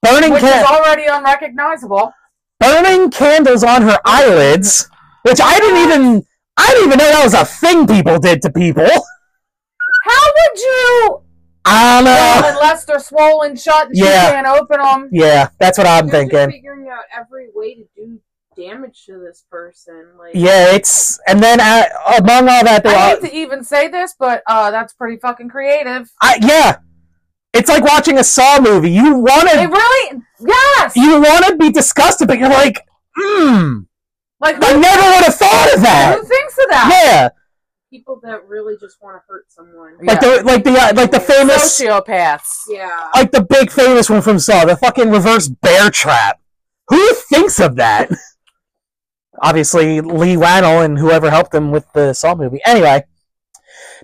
[SPEAKER 2] burning
[SPEAKER 1] Which is
[SPEAKER 2] candles
[SPEAKER 1] already unrecognizable.
[SPEAKER 2] burning candles on her eyelids, which I didn't even I didn't even know that was a thing people did to people.
[SPEAKER 1] How would you
[SPEAKER 2] I don't
[SPEAKER 1] well,
[SPEAKER 2] know.
[SPEAKER 1] unless they're swollen shut and
[SPEAKER 2] Uh, Yeah.
[SPEAKER 1] she can't open them?
[SPEAKER 2] Yeah, that's what I'm
[SPEAKER 5] They're just
[SPEAKER 2] thinking.
[SPEAKER 5] Figuring out every way to do damage to this person. Like,
[SPEAKER 2] Yeah, it's and then uh, among all that, there
[SPEAKER 1] I
[SPEAKER 2] are,
[SPEAKER 1] hate to even say this, but uh, that's pretty fucking creative.
[SPEAKER 2] I, yeah, it's like watching a Saw movie. You want
[SPEAKER 1] They
[SPEAKER 2] to
[SPEAKER 1] really, yes.
[SPEAKER 2] you want to be disgusted, but you're like, hmm,
[SPEAKER 1] like
[SPEAKER 2] I
[SPEAKER 1] who,
[SPEAKER 2] never would have thought of that.
[SPEAKER 1] who thinks of that?
[SPEAKER 2] Yeah,
[SPEAKER 5] people that really just want to hurt someone.
[SPEAKER 1] Yeah.
[SPEAKER 2] like the like the uh, like the famous
[SPEAKER 1] Sociopaths.
[SPEAKER 5] Yeah.
[SPEAKER 2] like the big famous one from Saw, the fucking reverse bear trap. Who thinks of that? Obviously, Lee Wannell and whoever helped him with the Saw movie. Anyway,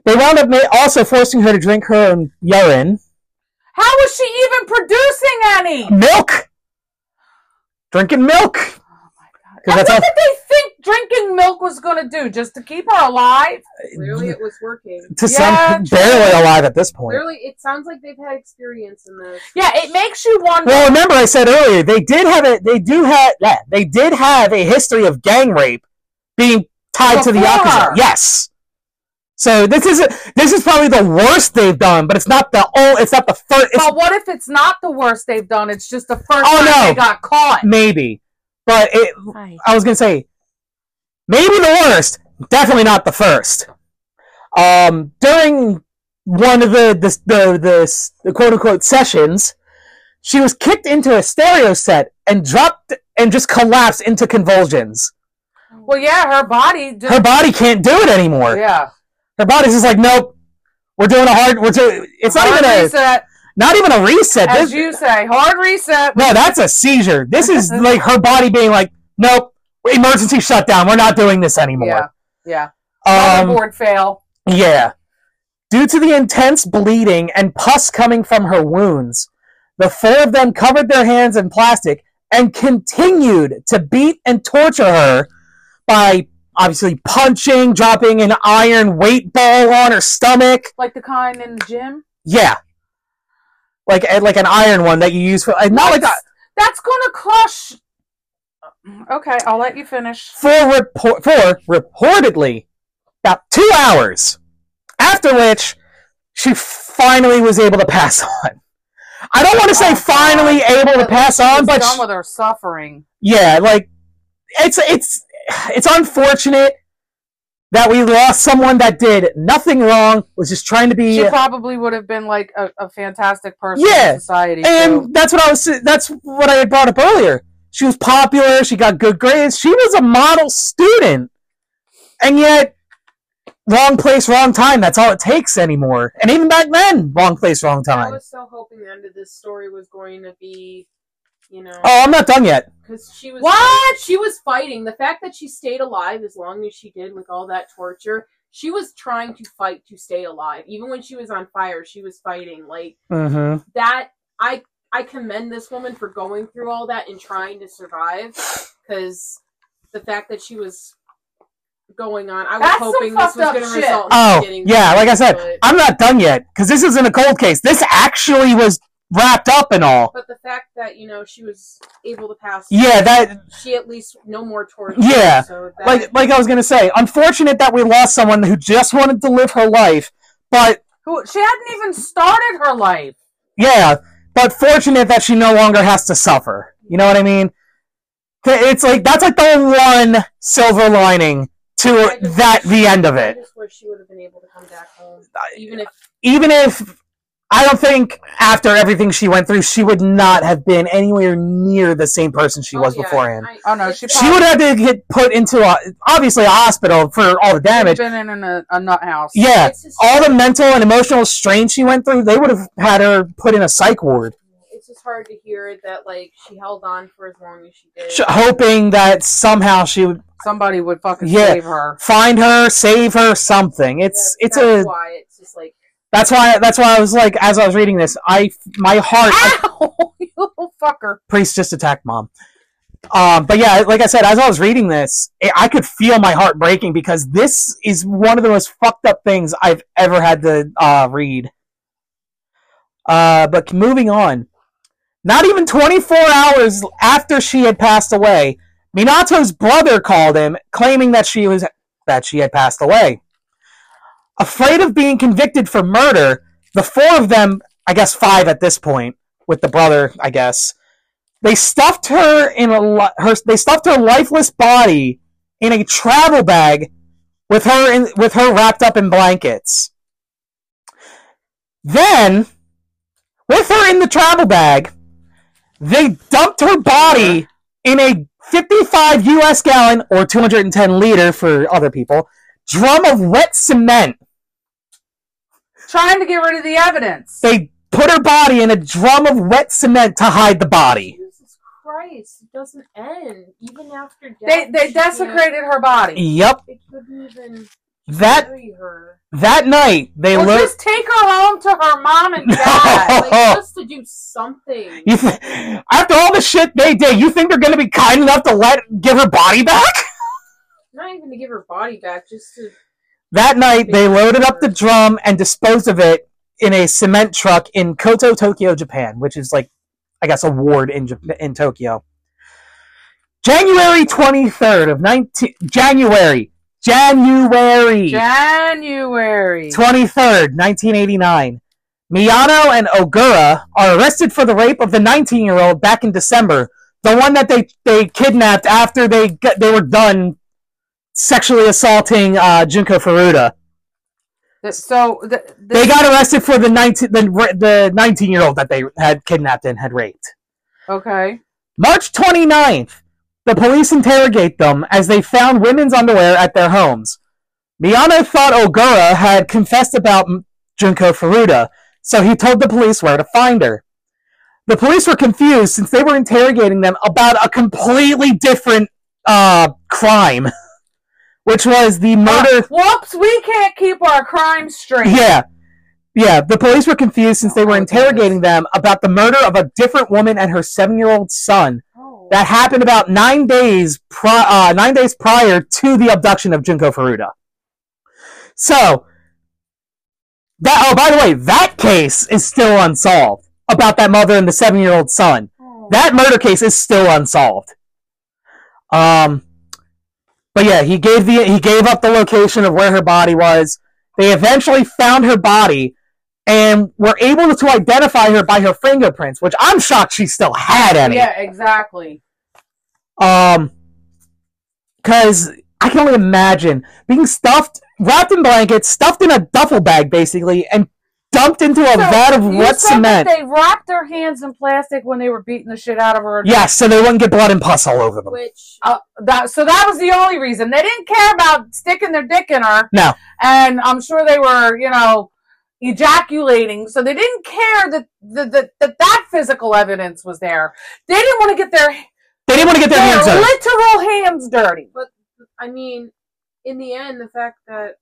[SPEAKER 2] they wound up ma- also forcing her to drink her own urine,
[SPEAKER 1] How was she even producing any?
[SPEAKER 2] milk, drinking milk.
[SPEAKER 1] And
[SPEAKER 2] 'Cause that's
[SPEAKER 1] what
[SPEAKER 2] how-
[SPEAKER 1] did they think drinking milk was going to do? Just to keep her alive?
[SPEAKER 5] Clearly, it was working.
[SPEAKER 2] to
[SPEAKER 1] Yeah,
[SPEAKER 2] some
[SPEAKER 1] true.
[SPEAKER 2] barely alive at this point.
[SPEAKER 5] Clearly, it sounds like they've had experience in this.
[SPEAKER 1] Yeah, it makes you wonder.
[SPEAKER 2] Well, remember I said earlier they did have a they do have yeah, they did have a history of gang rape being tied to the
[SPEAKER 1] Before.
[SPEAKER 2] yakuza. Yes. So this is not this is probably the worst they've done, but it's not the oh it's not the first. It's
[SPEAKER 1] But what if it's not the worst they've done? It's just the first time
[SPEAKER 2] Oh, no.
[SPEAKER 1] they got caught.
[SPEAKER 2] maybe, but it,
[SPEAKER 1] Right.
[SPEAKER 2] I was gonna say maybe the worst, definitely not the first. Um, during one of the the the, the, the quote unquote sessions, she was kicked into a stereo set and dropped and just collapsed into convulsions.
[SPEAKER 1] Well, yeah, her body just.
[SPEAKER 2] Her body can't do it anymore.
[SPEAKER 1] yeah.
[SPEAKER 2] Her body's just like, nope. We're doing a hard. We're doing. It's not
[SPEAKER 1] hard
[SPEAKER 2] even a.
[SPEAKER 1] reset,
[SPEAKER 2] Not even a reset.
[SPEAKER 1] as
[SPEAKER 2] This,
[SPEAKER 1] you say. Hard reset.
[SPEAKER 2] no, that's a seizure. This is like her body being like, nope. Emergency shutdown. We're not doing this
[SPEAKER 1] Yeah.
[SPEAKER 2] anymore.
[SPEAKER 1] Yeah.
[SPEAKER 2] Um,
[SPEAKER 1] Motherboard fail.
[SPEAKER 2] Yeah. Due to the intense bleeding and pus coming from her wounds, the four of them covered their hands in plastic and continued to beat and torture her by obviously punching, dropping an iron weight ball on her stomach.
[SPEAKER 1] Like the kind in the gym.
[SPEAKER 2] Yeah. Like eh, like an iron one that you use for eh, not like that.
[SPEAKER 1] That's going to crush. Okay, I'll let you finish.
[SPEAKER 2] for, repor- for reportedly about two hours, after which she finally was able to pass on. I don't want to say
[SPEAKER 1] Oh, God.
[SPEAKER 2] finally able to pass on,
[SPEAKER 1] She's
[SPEAKER 2] Um, but
[SPEAKER 1] done
[SPEAKER 2] sh-
[SPEAKER 1] with her suffering.
[SPEAKER 2] yeah, like it's it's it's unfortunate that we lost someone that did nothing wrong, was just trying to be
[SPEAKER 1] She probably would have been like a, a fantastic person
[SPEAKER 2] Yeah,
[SPEAKER 1] in society.
[SPEAKER 2] And
[SPEAKER 1] too.
[SPEAKER 2] that's what I was. That's what I had brought up earlier. She was popular. She got good grades. She was a model student, and yet, wrong place, wrong time. That's all it takes anymore. And even back then, wrong place, wrong
[SPEAKER 5] I
[SPEAKER 2] time.
[SPEAKER 5] was so hoping the end of this story was going to be, you know,
[SPEAKER 2] Oh, I'm not done yet.
[SPEAKER 5] because she was
[SPEAKER 1] What?
[SPEAKER 5] She was fighting. The fact that she stayed alive as long as she did with all that torture, she was trying to fight to stay alive. Even when she was on fire, she was fighting. Like
[SPEAKER 2] Mm-hmm.
[SPEAKER 5] that, I I commend this woman for going through all that and trying to survive. Because the fact that she was going on, I was
[SPEAKER 1] That's some
[SPEAKER 5] hoping this was
[SPEAKER 1] fucked up
[SPEAKER 5] going to
[SPEAKER 1] shit.
[SPEAKER 5] result. In her
[SPEAKER 2] Oh,
[SPEAKER 5] getting
[SPEAKER 2] yeah. Like I said,
[SPEAKER 5] but-
[SPEAKER 2] I'm not done yet because this isn't a cold case. This actually was wrapped up and all.
[SPEAKER 5] But the fact that you know she was able to pass,
[SPEAKER 2] Yeah, that
[SPEAKER 5] she at least no more torture.
[SPEAKER 2] Yeah,
[SPEAKER 5] so that,
[SPEAKER 2] like like I was gonna say, unfortunate that we lost someone who just wanted to live her life, but
[SPEAKER 1] Who, she hadn't even started her life.
[SPEAKER 2] Yeah, but fortunate that she no longer has to suffer. You know what I mean? Th- It's like that's like the one silver lining to
[SPEAKER 5] I just
[SPEAKER 2] that
[SPEAKER 5] wish-
[SPEAKER 2] the end of
[SPEAKER 5] I
[SPEAKER 2] it.
[SPEAKER 5] just wish she would have been able to come back home, even if
[SPEAKER 2] Even if I don't think after everything she went through, she would not have been anywhere near the same person she
[SPEAKER 5] Oh,
[SPEAKER 2] was
[SPEAKER 5] yeah,
[SPEAKER 2] beforehand.
[SPEAKER 5] I-
[SPEAKER 1] Oh, no, she
[SPEAKER 2] she would have to get put into a, obviously a hospital for all the damage.
[SPEAKER 1] Been in an- a, a nut house.
[SPEAKER 2] Yeah,
[SPEAKER 5] It's just-
[SPEAKER 2] all the mental and emotional strain she went through, they would have had her put in a psych ward,
[SPEAKER 5] it's just hard to hear that like she held on for as long as she did.
[SPEAKER 2] sh- hoping that somehow she would
[SPEAKER 1] Somebody would fucking
[SPEAKER 2] Yeah.
[SPEAKER 1] save her.
[SPEAKER 2] find her, save her, something. It's
[SPEAKER 5] That-
[SPEAKER 2] it's a
[SPEAKER 5] that's why it's just like
[SPEAKER 2] that's why that's why I was like as I was reading this, I my heart I-
[SPEAKER 1] Ow! You little fucker.
[SPEAKER 2] priest just attacked mom. Um, but yeah, like I said, as I was reading this, I- I could feel my heart breaking because this is one of the most fucked up things I've ever had to uh, read. Uh, but moving on, not even 24 hours after she had passed away, Minato's brother called him, claiming that she was that she had passed away. Afraid of being convicted for murder, the four of them, I guess five at this point, with the brother, I guess, they stuffed her in a li- her they stuffed her lifeless body in a travel bag with her in with her wrapped up in blankets. Then with her in the travel bag, they dumped her body in a 55 US gallon or 210 liter for other people drum of wet cement.
[SPEAKER 1] Trying to get rid of the evidence.
[SPEAKER 2] They put her body in a drum of wet cement to hide the body.
[SPEAKER 5] Jesus Christ, it doesn't end even after death.
[SPEAKER 1] They, they
[SPEAKER 5] she can't-
[SPEAKER 1] desecrated her body.
[SPEAKER 2] Yep.
[SPEAKER 5] They couldn't even
[SPEAKER 2] That
[SPEAKER 5] bury her.
[SPEAKER 2] that night they
[SPEAKER 1] Well,
[SPEAKER 2] learned
[SPEAKER 1] just take her home to her mom and dad.
[SPEAKER 5] Yeah, like, just to do something.
[SPEAKER 2] You th- after all the shit they did, you think they're gonna be kind enough to let give her body back?
[SPEAKER 5] Not even to give her body back, just to
[SPEAKER 2] That night, they loaded up the drum and disposed of it in a cement truck in Koto, Tokyo, Japan, which is like, I guess, a ward in Jap- in Tokyo. January twenty third of nineteen January January
[SPEAKER 1] January.
[SPEAKER 2] twenty third nineteen eighty nine. Miyano and Ogura are arrested for the rape of the 19 year old back in December, the one that they, they kidnapped after they got, they were done sexually assaulting uh, Junko Furuta.
[SPEAKER 1] Th- So th- th-
[SPEAKER 2] They got arrested for the nineteen the the nineteen year old that they had kidnapped and had raped.
[SPEAKER 1] okay.
[SPEAKER 2] March 29th, the police interrogate them as they found women's underwear at their homes. Miyano thought Ogura had confessed about M- Junko Furuta, so he told the police where to find her. The police were confused since they were interrogating them about a completely different uh, crime, which was the murder.
[SPEAKER 1] Whoops! We can't keep our crime straight.
[SPEAKER 2] Yeah. Yeah, the police were confused since they were
[SPEAKER 1] Oh,
[SPEAKER 2] interrogating them about the murder of a different woman and her seven-year-old son
[SPEAKER 5] oh,
[SPEAKER 2] that happened about nine days pri- uh, nine days prior to the abduction of Junko Furuta. So that oh, by the way, that case is still unsolved about that mother and the seven-year-old son that murder case is still unsolved. Um, but yeah, he gave the he gave up the location of where her body was. They eventually found her body and were able to identify her by her fingerprints, which I'm shocked she still had any.
[SPEAKER 1] Yeah, exactly.
[SPEAKER 2] Um, because I can only imagine being stuffed, wrapped in blankets, stuffed in a duffel bag, basically, and dumped into a
[SPEAKER 1] So,
[SPEAKER 2] vat of
[SPEAKER 1] you
[SPEAKER 2] wet
[SPEAKER 1] said that
[SPEAKER 2] cement.
[SPEAKER 1] They wrapped their hands in plastic when they were beating the shit out of her.
[SPEAKER 2] Yes, so they wouldn't get blood and pus all over them.
[SPEAKER 5] which
[SPEAKER 1] Uh, that, so that was the only reason they didn't care about sticking their dick in her.
[SPEAKER 2] No.
[SPEAKER 1] and I'm sure they were, you know, ejaculating. So they didn't care that that that, that, that physical evidence was there. They didn't want to get their
[SPEAKER 2] They didn't want to get their hands
[SPEAKER 1] their
[SPEAKER 2] dirty.
[SPEAKER 1] literal hands dirty.
[SPEAKER 5] I mean, in the end, the fact that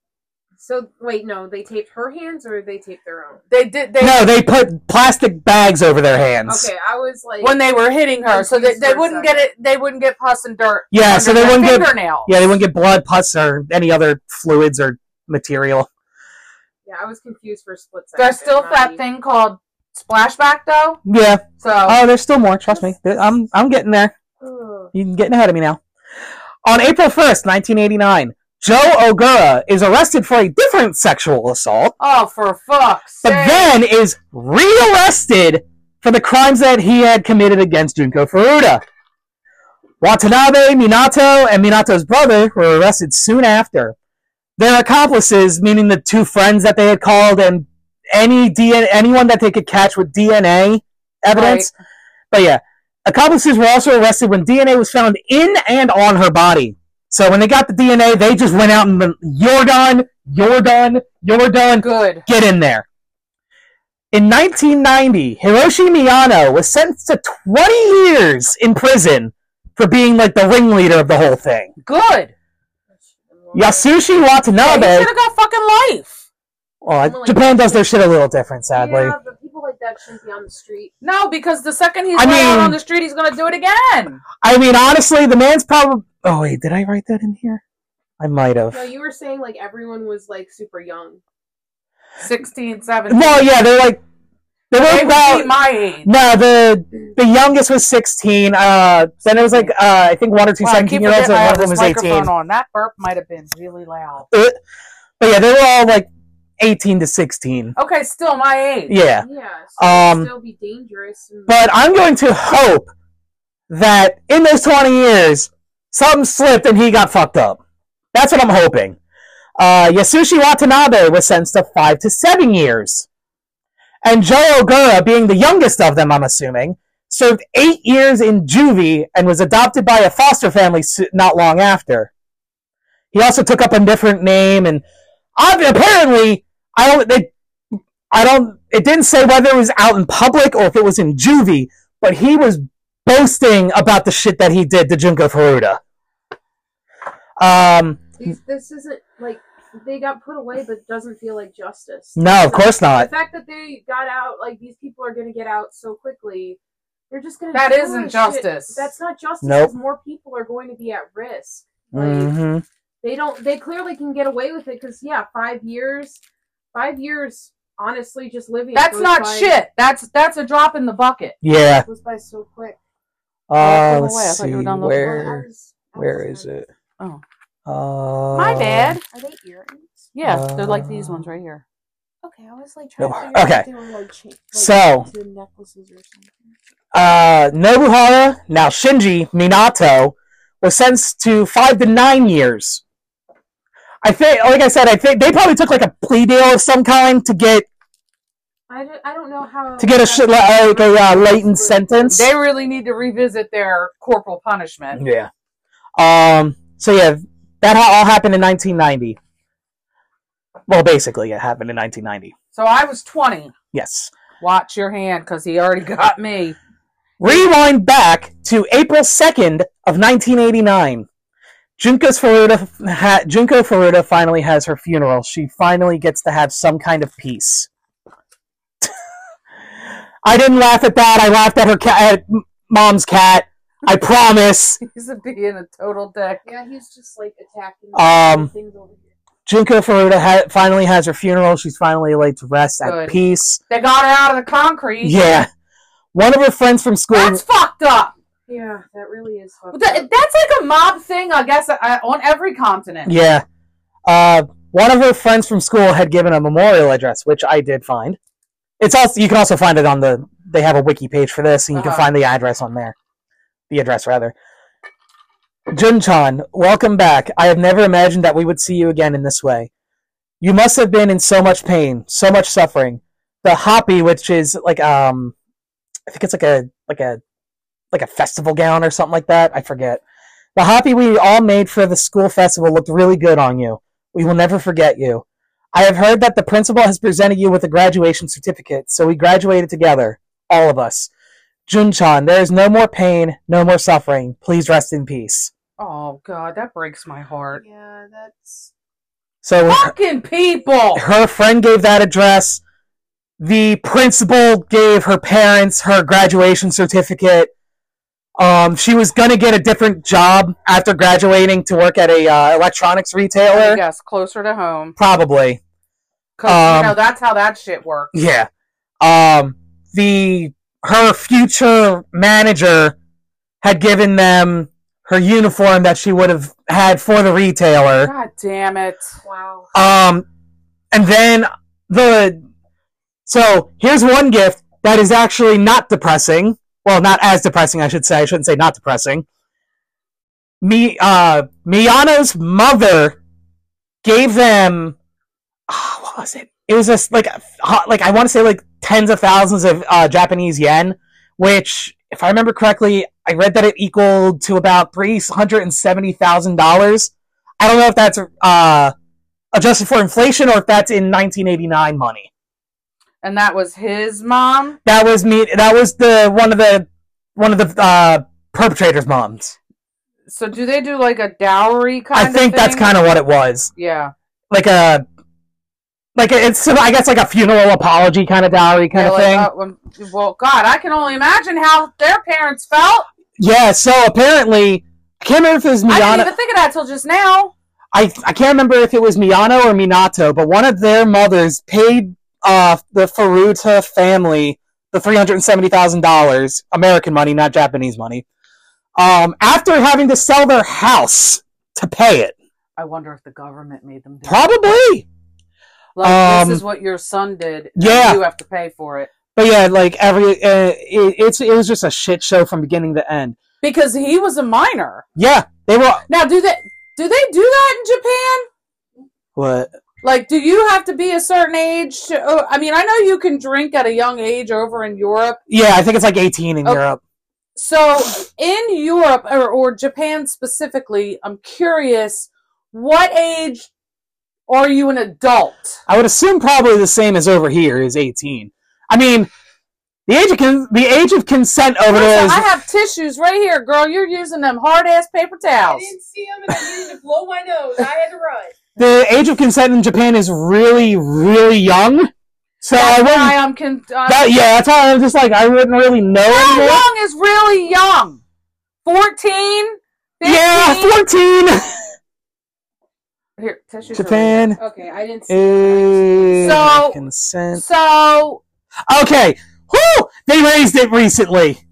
[SPEAKER 5] so wait, no, they taped her hands or they taped their own.
[SPEAKER 1] They did. They
[SPEAKER 2] No, they put plastic bags over their hands.
[SPEAKER 5] Okay, I was like,
[SPEAKER 1] when they were hitting her, so that they
[SPEAKER 5] Confused for a
[SPEAKER 1] wouldn't get it. They wouldn't get pus and dirt.
[SPEAKER 2] Yeah,
[SPEAKER 1] under
[SPEAKER 2] so they
[SPEAKER 1] their
[SPEAKER 2] wouldn't get
[SPEAKER 1] fingernails.
[SPEAKER 2] yeah, they wouldn't get blood, pus, or any other fluids or material.
[SPEAKER 5] yeah, I was confused for a split second.
[SPEAKER 1] There's still
[SPEAKER 5] Not
[SPEAKER 1] that
[SPEAKER 5] even-
[SPEAKER 1] thing called splashback, though.
[SPEAKER 2] Yeah.
[SPEAKER 1] So
[SPEAKER 2] Oh, there's still more. Trust me. I'm I'm getting there.
[SPEAKER 5] Ugh.
[SPEAKER 2] You're getting ahead of me now. On April 1st, 1989, Joe Ogura is arrested for a different sexual assault,
[SPEAKER 1] oh, for fuck's
[SPEAKER 2] but
[SPEAKER 1] sake!
[SPEAKER 2] then is rearrested for the crimes that he had committed against Junko Furuta. Watanabe, Minato, and Minato's brother were arrested soon after. Their accomplices, meaning the two friends that they had called and any DNA, anyone that they could catch with DNA evidence. But yeah, accomplices were also arrested when DNA was found in and on her body. So when they got the DNA, they just went out and went, "You're done. You're done. You're done.
[SPEAKER 1] Good.
[SPEAKER 2] Get in there." In 1990, Hiroshi Miyano was sentenced to 20 years in prison for being like the ringleader of the whole thing.
[SPEAKER 1] Good.
[SPEAKER 2] Yasushi
[SPEAKER 1] Yeah, you
[SPEAKER 2] Watanabe.
[SPEAKER 1] should have got fucking life.
[SPEAKER 2] Well, Japan does their shit a little different, sadly.
[SPEAKER 5] Yeah, but people like that shouldn't be on the street.
[SPEAKER 1] No, because the second he's
[SPEAKER 2] I
[SPEAKER 1] let out
[SPEAKER 2] mean-
[SPEAKER 1] on the street, he's gonna do it again.
[SPEAKER 2] I mean, honestly, the man's probably. Oh wait, did I write that in here? I might have.
[SPEAKER 5] No, you were saying like everyone was like super young.
[SPEAKER 1] 16, 17.
[SPEAKER 2] No, yeah, they're like they
[SPEAKER 1] They
[SPEAKER 2] were
[SPEAKER 1] would
[SPEAKER 2] about.
[SPEAKER 1] be my age.
[SPEAKER 2] No, the the youngest was 16. Uh, then it was like uh, I think one or two
[SPEAKER 1] Wow, I keep
[SPEAKER 2] 17 year olds,
[SPEAKER 1] forgetting
[SPEAKER 2] and
[SPEAKER 1] I
[SPEAKER 2] one
[SPEAKER 1] have
[SPEAKER 2] of them
[SPEAKER 1] this
[SPEAKER 2] was 18.
[SPEAKER 1] microphone on. That burp might have been really loud.
[SPEAKER 2] But yeah, they were all like 18 to 16.
[SPEAKER 1] Okay, still my age.
[SPEAKER 2] Yeah.
[SPEAKER 5] Yeah, so
[SPEAKER 2] Um,
[SPEAKER 5] it'd still be dangerous. And,
[SPEAKER 2] But I'm going to hope that in those 20 years, something slipped and he got fucked up. That's what I'm hoping. Uh, Yasushi Watanabe was sentenced to five to seven years. And Joe Ogura, being the youngest of them, I'm assuming, served eight years in juvie and was adopted by a foster family so- not long after. He also took up a different name, and ob- apparently, I don't. They, I don't. It didn't say whether it was out in public or if it was in juvie, but he was boasting about the shit that he did to Junko Furuta. Um,
[SPEAKER 5] these, this isn't like they got put away, but it doesn't feel like justice.
[SPEAKER 2] no, of course
[SPEAKER 5] The
[SPEAKER 2] not.
[SPEAKER 5] fact that they got out, like these people are going to get out so quickly, they're just going to.
[SPEAKER 1] That isn't justice.
[SPEAKER 5] That's not justice.
[SPEAKER 2] Nope.
[SPEAKER 5] because More people are going to be at risk. Like,
[SPEAKER 2] hmm
[SPEAKER 5] they don't they clearly can get away with it because yeah five years five years honestly just living
[SPEAKER 1] That's
[SPEAKER 5] goes
[SPEAKER 1] not
[SPEAKER 5] by-
[SPEAKER 1] shit. That's that's a drop in the bucket.
[SPEAKER 2] Yeah.
[SPEAKER 5] goes by so quick
[SPEAKER 2] Uh,
[SPEAKER 1] Oh,
[SPEAKER 2] let's
[SPEAKER 1] wait, I thought
[SPEAKER 2] see
[SPEAKER 1] you were down the-
[SPEAKER 5] Well, I
[SPEAKER 2] where
[SPEAKER 5] was- I
[SPEAKER 2] where
[SPEAKER 5] was
[SPEAKER 2] is
[SPEAKER 5] gonna-
[SPEAKER 2] it?
[SPEAKER 1] Oh.
[SPEAKER 2] Uh,
[SPEAKER 1] my bad.
[SPEAKER 5] are they earrings
[SPEAKER 1] Yeah, they're like these
[SPEAKER 2] uh,
[SPEAKER 1] ones right here.
[SPEAKER 5] okay i was like
[SPEAKER 2] No,
[SPEAKER 5] trying to figure out
[SPEAKER 2] okay.
[SPEAKER 5] if they were, like, cha- like,
[SPEAKER 2] So-
[SPEAKER 5] to necklaces or something
[SPEAKER 2] Uh, Nobuhara, now Shinji Minato, was sentenced to five to nine years. I think, like I said, I think they probably took like a plea deal of some kind to get
[SPEAKER 5] I don't, I don't know how
[SPEAKER 2] to get a shit like a uh, latent sentence.
[SPEAKER 1] They really need to revisit their corporal punishment.
[SPEAKER 2] Yeah. Um. So yeah, that ha- all happened in 1990. Well, basically, it happened in 1990.
[SPEAKER 1] So I was 20.
[SPEAKER 2] Yes.
[SPEAKER 1] Watch your hand, because he already got me.
[SPEAKER 2] Rewind back to April 2nd of 1989. Junko's Furuta, ha- Junko Furuta finally has her funeral. She finally gets to have some kind of peace. I didn't laugh at that. I laughed at her cat, at m- mom's cat. I promise.
[SPEAKER 1] He's being a total dick.
[SPEAKER 5] yeah he's just like attacking
[SPEAKER 2] Um,
[SPEAKER 5] things over here
[SPEAKER 2] Junko Furuta ha- finally has her funeral. She's finally laid to rest
[SPEAKER 1] Good.
[SPEAKER 2] at peace.
[SPEAKER 1] They got her out of the concrete.
[SPEAKER 2] Yeah. One of her friends from school.
[SPEAKER 1] That's fucked up.
[SPEAKER 5] yeah that really is fucked
[SPEAKER 1] Th-
[SPEAKER 5] up.
[SPEAKER 1] That's like a mob thing, I guess, uh, on every continent.
[SPEAKER 2] yeah. Uh, one of her friends from school had given a memorial address, which I did find. It's also you can also find it on the they have a wiki page for this, and you
[SPEAKER 1] Uh-huh.
[SPEAKER 2] can find the address on there. The address rather. Junchan, welcome back. I have never imagined that we would see you again in this way. You must have been in so much pain, so much suffering. The Hoppy, which is like um I think it's like a like a like a festival gown or something like that. I forget. The hoppy we all made for the school festival looked really good on you. We will never forget you. I have heard that the principal has presented you with a graduation certificate, so we graduated together, all of us. Junchan, there is no more pain, no more suffering. Please rest in peace.
[SPEAKER 1] Oh, God, that breaks my heart.
[SPEAKER 5] yeah that's
[SPEAKER 2] So
[SPEAKER 1] Fucking people!
[SPEAKER 2] her friend gave that address. The principal gave her parents her graduation certificate. Um, she was gonna get a different job after graduating to work at a uh, electronics retailer,
[SPEAKER 1] Yes, closer to home.
[SPEAKER 2] probably.
[SPEAKER 1] Cause
[SPEAKER 2] Um,
[SPEAKER 1] you know that's how that shit works.
[SPEAKER 2] Yeah. Um, the her future manager had given them her uniform that she would have had for the retailer.
[SPEAKER 1] God damn it!
[SPEAKER 5] wow
[SPEAKER 2] Um, and then the so here's one gift that is actually not depressing. Well, not as depressing, I should say. I shouldn't say not depressing. Mi uh, Miano's mother gave them. ah, what was it? it was just like ho- like I want to say like tens of thousands of uh, Japanese yen, which if I remember correctly, I read that it equaled to about three hundred and seventy thousand dollars. I don't know if that's uh, adjusted for inflation or if that's in nineteen eighty nine money.
[SPEAKER 1] And that was his mom.
[SPEAKER 2] That was me. That was the one of the one of the uh, perpetrators' moms.
[SPEAKER 1] So do they do like a dowry kind
[SPEAKER 2] I think that's kind of what it was.
[SPEAKER 1] Yeah.
[SPEAKER 2] Like a like a, it's I guess like a funeral apology kind of dowry kind
[SPEAKER 1] They're
[SPEAKER 2] of
[SPEAKER 1] like,
[SPEAKER 2] thing.
[SPEAKER 1] "Oh, um, well, God, I can only imagine how their parents felt.
[SPEAKER 2] Yeah, so apparently I can't remember if it was
[SPEAKER 1] I
[SPEAKER 2] Miyano.
[SPEAKER 1] didn't even think of that till just now.
[SPEAKER 2] I I can't remember if it was Miyano or Minato, but one of their mothers paid uh, the Furuta family the three hundred and seventy thousand dollars, American money, not Japanese money, um, after having to sell their house to pay it.
[SPEAKER 1] I wonder if the government made them do it.
[SPEAKER 2] Probably.
[SPEAKER 1] Like,
[SPEAKER 2] um,
[SPEAKER 1] this is what your son did. and
[SPEAKER 2] yeah.
[SPEAKER 1] You have to pay for it.
[SPEAKER 2] But yeah, like every uh, it, it's it was just a shit show from beginning to end.
[SPEAKER 1] Because he was a minor.
[SPEAKER 2] Yeah, they were
[SPEAKER 1] Now, do they do they do that in Japan?
[SPEAKER 2] what
[SPEAKER 1] Like, do you have to be a certain age? To, oh, I mean, I know you can drink at a young age over in Europe.
[SPEAKER 2] yeah, I think it's like 18 in
[SPEAKER 1] Okay.
[SPEAKER 2] Europe.
[SPEAKER 1] So, in Europe or, or Japan specifically, I'm curious, what age are you an adult?
[SPEAKER 2] I would assume probably the same as over here is 18. I mean, the age of con- the age of consent over there is
[SPEAKER 1] I have tissues right here, girl. You're using them hard ass paper
[SPEAKER 5] I
[SPEAKER 1] towels.
[SPEAKER 5] didn't see him and I needed to blow my nose. I had to run.
[SPEAKER 2] the age of consent in Japan is really really young. So I
[SPEAKER 1] That's
[SPEAKER 2] wouldn't.
[SPEAKER 1] why I'm con- uh, I'm-
[SPEAKER 2] that, yeah, that's why I'm just like I wouldn't really know
[SPEAKER 1] How
[SPEAKER 2] anymore.
[SPEAKER 1] long is really young? 14? 15?
[SPEAKER 2] Yeah, 14.
[SPEAKER 1] Here, tissues are right
[SPEAKER 2] Japan
[SPEAKER 5] Okay, I didn't see.
[SPEAKER 2] Uh, is
[SPEAKER 1] So- here.
[SPEAKER 2] consent.
[SPEAKER 1] So,
[SPEAKER 2] Okay. Whoo! They raised it recently.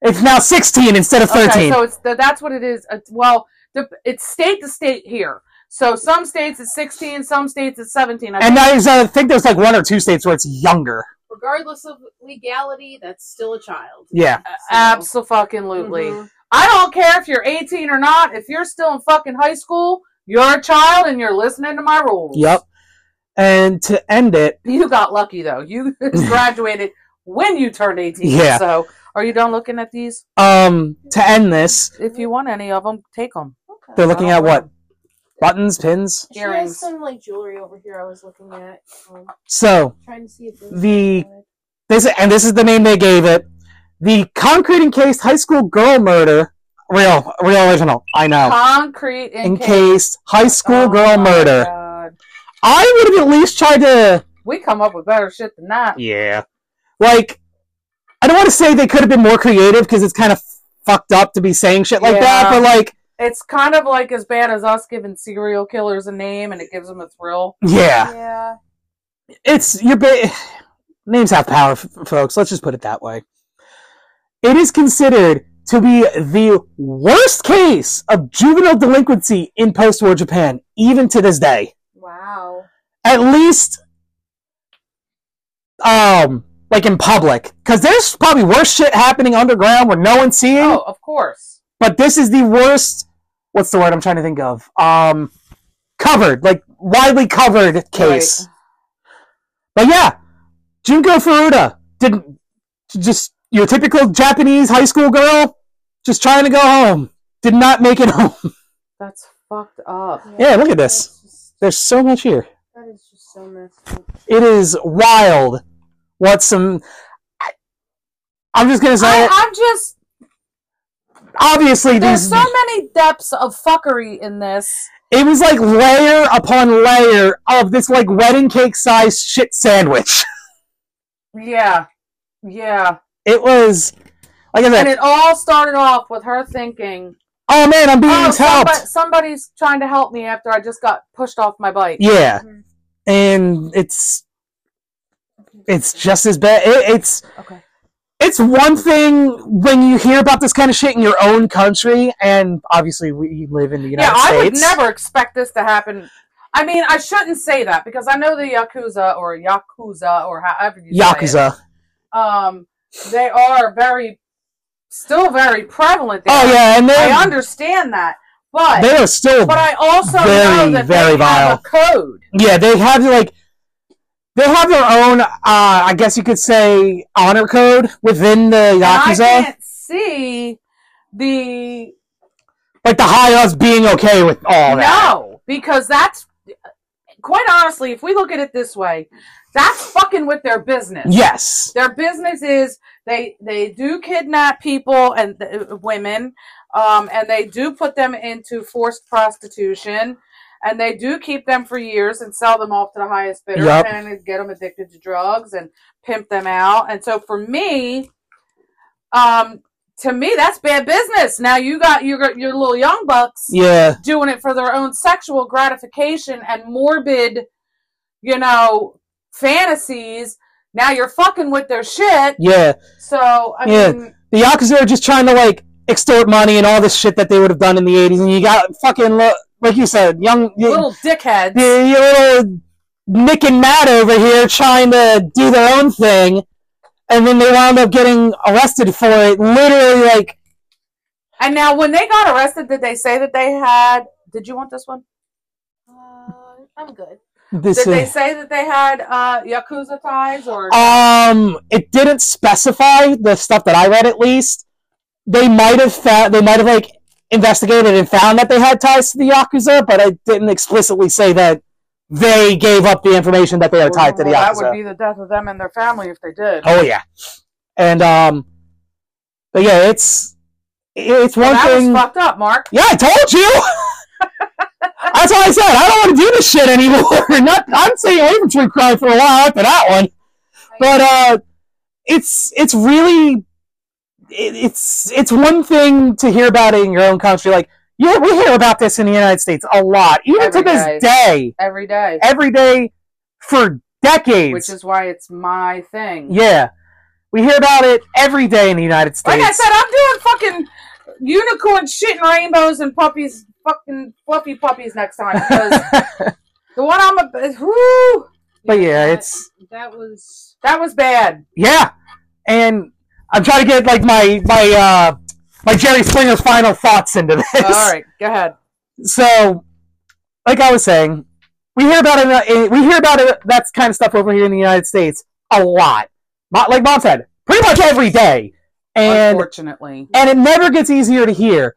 [SPEAKER 2] It's now 16 instead of
[SPEAKER 1] okay,
[SPEAKER 2] 13.
[SPEAKER 1] so it's th- that's what it is. It's, well, the, it's state to state here. So some states it's 16, some states it's 17. I
[SPEAKER 2] and
[SPEAKER 1] think.
[SPEAKER 2] there's, uh, I think there's like one or two states where it's younger.
[SPEAKER 5] Regardless of legality, that's still a child. Uh,
[SPEAKER 2] Yeah.
[SPEAKER 1] Absolutely.
[SPEAKER 2] Mm-hmm.
[SPEAKER 1] I don't care if you're 18 or not. If you're still in fucking high school, you're a child and you're listening to my rules.
[SPEAKER 2] Yep. And to end it,
[SPEAKER 1] You got lucky though. You graduated when you turned 18.
[SPEAKER 2] Yeah.
[SPEAKER 1] So, are you done looking at these?
[SPEAKER 2] um, to end this,
[SPEAKER 1] If you want any of them, take them.
[SPEAKER 5] Okay.
[SPEAKER 2] they're looking at what? Buttons, pins.
[SPEAKER 5] She has
[SPEAKER 1] earrings.
[SPEAKER 5] some like jewelry over here. I was looking at, um,
[SPEAKER 2] So
[SPEAKER 5] trying to see if there's
[SPEAKER 2] The- this, and this is the name they gave it. The concrete encased high school girl murder. Real, real original. I know.
[SPEAKER 1] Concrete in case.
[SPEAKER 2] Encased high school
[SPEAKER 1] Oh
[SPEAKER 2] girl
[SPEAKER 1] my
[SPEAKER 2] murder.
[SPEAKER 1] God.
[SPEAKER 2] I would have at least tried to
[SPEAKER 1] We come up with better shit than that.
[SPEAKER 2] Yeah. Like, I don't want to say they could have been more creative because it's kind of fucked up to be saying shit like
[SPEAKER 1] Yeah.
[SPEAKER 2] that, but like,
[SPEAKER 1] It's kind of like as bad as us giving serial killers a name and it gives them a thrill.
[SPEAKER 2] yeah,
[SPEAKER 5] Yeah.
[SPEAKER 2] it's your ba- names have power, f- folks. Let's just put it that way. It is considered to be the worst case of juvenile delinquency in post-war Japan, even to this day.
[SPEAKER 5] Wow.
[SPEAKER 2] At least, um, like in public, because there's probably worse shit happening underground where no one's seeing.
[SPEAKER 1] Oh, of course.
[SPEAKER 2] but this is the worst what's the word i'm trying to think of um covered like widely covered case but yeah junko furuta didn't just your typical japanese high school girl just trying to go home did not make it home
[SPEAKER 1] That's fucked up.
[SPEAKER 2] Yeah, look at this. there's so much here
[SPEAKER 5] That is just so messed up.
[SPEAKER 2] it is wild what some I- i'm just gonna say
[SPEAKER 1] I,
[SPEAKER 2] it.
[SPEAKER 1] I'm just.
[SPEAKER 2] obviously
[SPEAKER 1] There's
[SPEAKER 2] these
[SPEAKER 1] so many depths of fuckery in this.
[SPEAKER 2] it was like layer upon layer of this like wedding cake size shit sandwich
[SPEAKER 1] Yeah. Yeah.
[SPEAKER 2] It was like I
[SPEAKER 1] And
[SPEAKER 2] said.
[SPEAKER 1] it all started off with her thinking,
[SPEAKER 2] oh man, I'm being
[SPEAKER 1] oh,
[SPEAKER 2] helped.
[SPEAKER 1] somebody, somebody's trying to help me after I just got pushed off my bike.
[SPEAKER 2] Yeah,
[SPEAKER 1] Mm-hmm.
[SPEAKER 5] Mhm.
[SPEAKER 2] and it's it's just as bad. It, it's
[SPEAKER 1] Okay.
[SPEAKER 2] it's one thing when you hear about this kind of shit in your own country, and obviously we live in the United
[SPEAKER 1] yeah, I would
[SPEAKER 2] States.
[SPEAKER 1] never expect this to happen. I mean, I shouldn't say that because I know the yakuza or yakuza or however you say
[SPEAKER 2] Yakuza.
[SPEAKER 1] it, um, they are very, still very prevalent. There.
[SPEAKER 2] Oh yeah, and
[SPEAKER 1] I
[SPEAKER 2] they
[SPEAKER 1] understand that, but
[SPEAKER 2] they are still
[SPEAKER 1] but I also
[SPEAKER 2] Very,
[SPEAKER 1] know that
[SPEAKER 2] very
[SPEAKER 1] they have
[SPEAKER 2] vile.
[SPEAKER 1] a code.
[SPEAKER 2] yeah they have like They have their own, uh, I guess you could say, honor code within the
[SPEAKER 1] And I
[SPEAKER 2] Yakuza.
[SPEAKER 1] can't see the
[SPEAKER 2] Like the high ups being okay with all that.
[SPEAKER 1] No, because that's quite honestly, if we look at it this way, that's fucking with their business.
[SPEAKER 2] Yes.
[SPEAKER 1] Their business is they they do kidnap people and uh, women, um, and they do put them into forced prostitution, and they do keep them for years and sell them off to the highest bidder
[SPEAKER 2] Yep.
[SPEAKER 1] and get them addicted to drugs and pimp them out. And so for me, um, to me that's bad business. Now you got your your little young bucks
[SPEAKER 2] Yeah.
[SPEAKER 1] doing it for their own sexual gratification and morbid, you know, fantasies. Now you're fucking with their shit.
[SPEAKER 2] Yeah.
[SPEAKER 1] So I
[SPEAKER 2] Yeah.
[SPEAKER 1] mean,
[SPEAKER 2] The Yakuza are just trying to like extort money and all this shit that they would have done in the 80s. And you got fucking, li- like you said, young,
[SPEAKER 1] little dickheads.
[SPEAKER 2] you little Nick and Matt over here trying to do their own thing. And then they wound up getting arrested for it. Literally, like,
[SPEAKER 1] And now when they got arrested, did they say that they had? Did you want this one?
[SPEAKER 5] Uh, I'm good.
[SPEAKER 2] this
[SPEAKER 1] Did they
[SPEAKER 2] is-
[SPEAKER 1] say that they had uh, yakuza ties or?
[SPEAKER 2] Um, it didn't specify the stuff that I read. At least they might have found they might have like investigated and found that they had ties to the yakuza, but it didn't explicitly say that they gave up the information that they are tied to the
[SPEAKER 1] Well, that would
[SPEAKER 2] yakuza.
[SPEAKER 1] be the death of them and their family if they did.
[SPEAKER 2] oh yeah, and um, but yeah, it's it's
[SPEAKER 1] Well,
[SPEAKER 2] one
[SPEAKER 1] that
[SPEAKER 2] thing.
[SPEAKER 1] was fucked up, Mark.
[SPEAKER 2] Yeah, I told you. That's why I said I don't want to do this shit anymore. Not, I'm staying away from true crime for a while after that one. But uh, it's it's really it, it's it's one thing to hear about it in your own country. Like yeah, we hear about this in the United States a lot, even
[SPEAKER 1] Every
[SPEAKER 2] to this
[SPEAKER 1] day.
[SPEAKER 2] day,
[SPEAKER 1] Every day,
[SPEAKER 2] every day for decades.
[SPEAKER 1] which is why it's my thing.
[SPEAKER 2] yeah, we hear about it every day in the United States.
[SPEAKER 1] Like I said, I'm doing fucking unicorn shit and rainbows and puppies, fucking fluffy puppies next time. Because the one I'm a, whoo,
[SPEAKER 2] but Oh, yeah,
[SPEAKER 5] that-
[SPEAKER 2] it's
[SPEAKER 5] that was
[SPEAKER 1] that was bad.
[SPEAKER 2] Yeah, and I'm trying to get like my my uh, my Jerry Springer final thoughts into this.
[SPEAKER 1] All right, go ahead.
[SPEAKER 2] So, like I was saying, we hear about it. in- We hear about it. That kind of stuff over here in the United States a lot. Mo- Like mom said, pretty much every day, and
[SPEAKER 1] Unfortunately,
[SPEAKER 2] and it never gets easier to hear.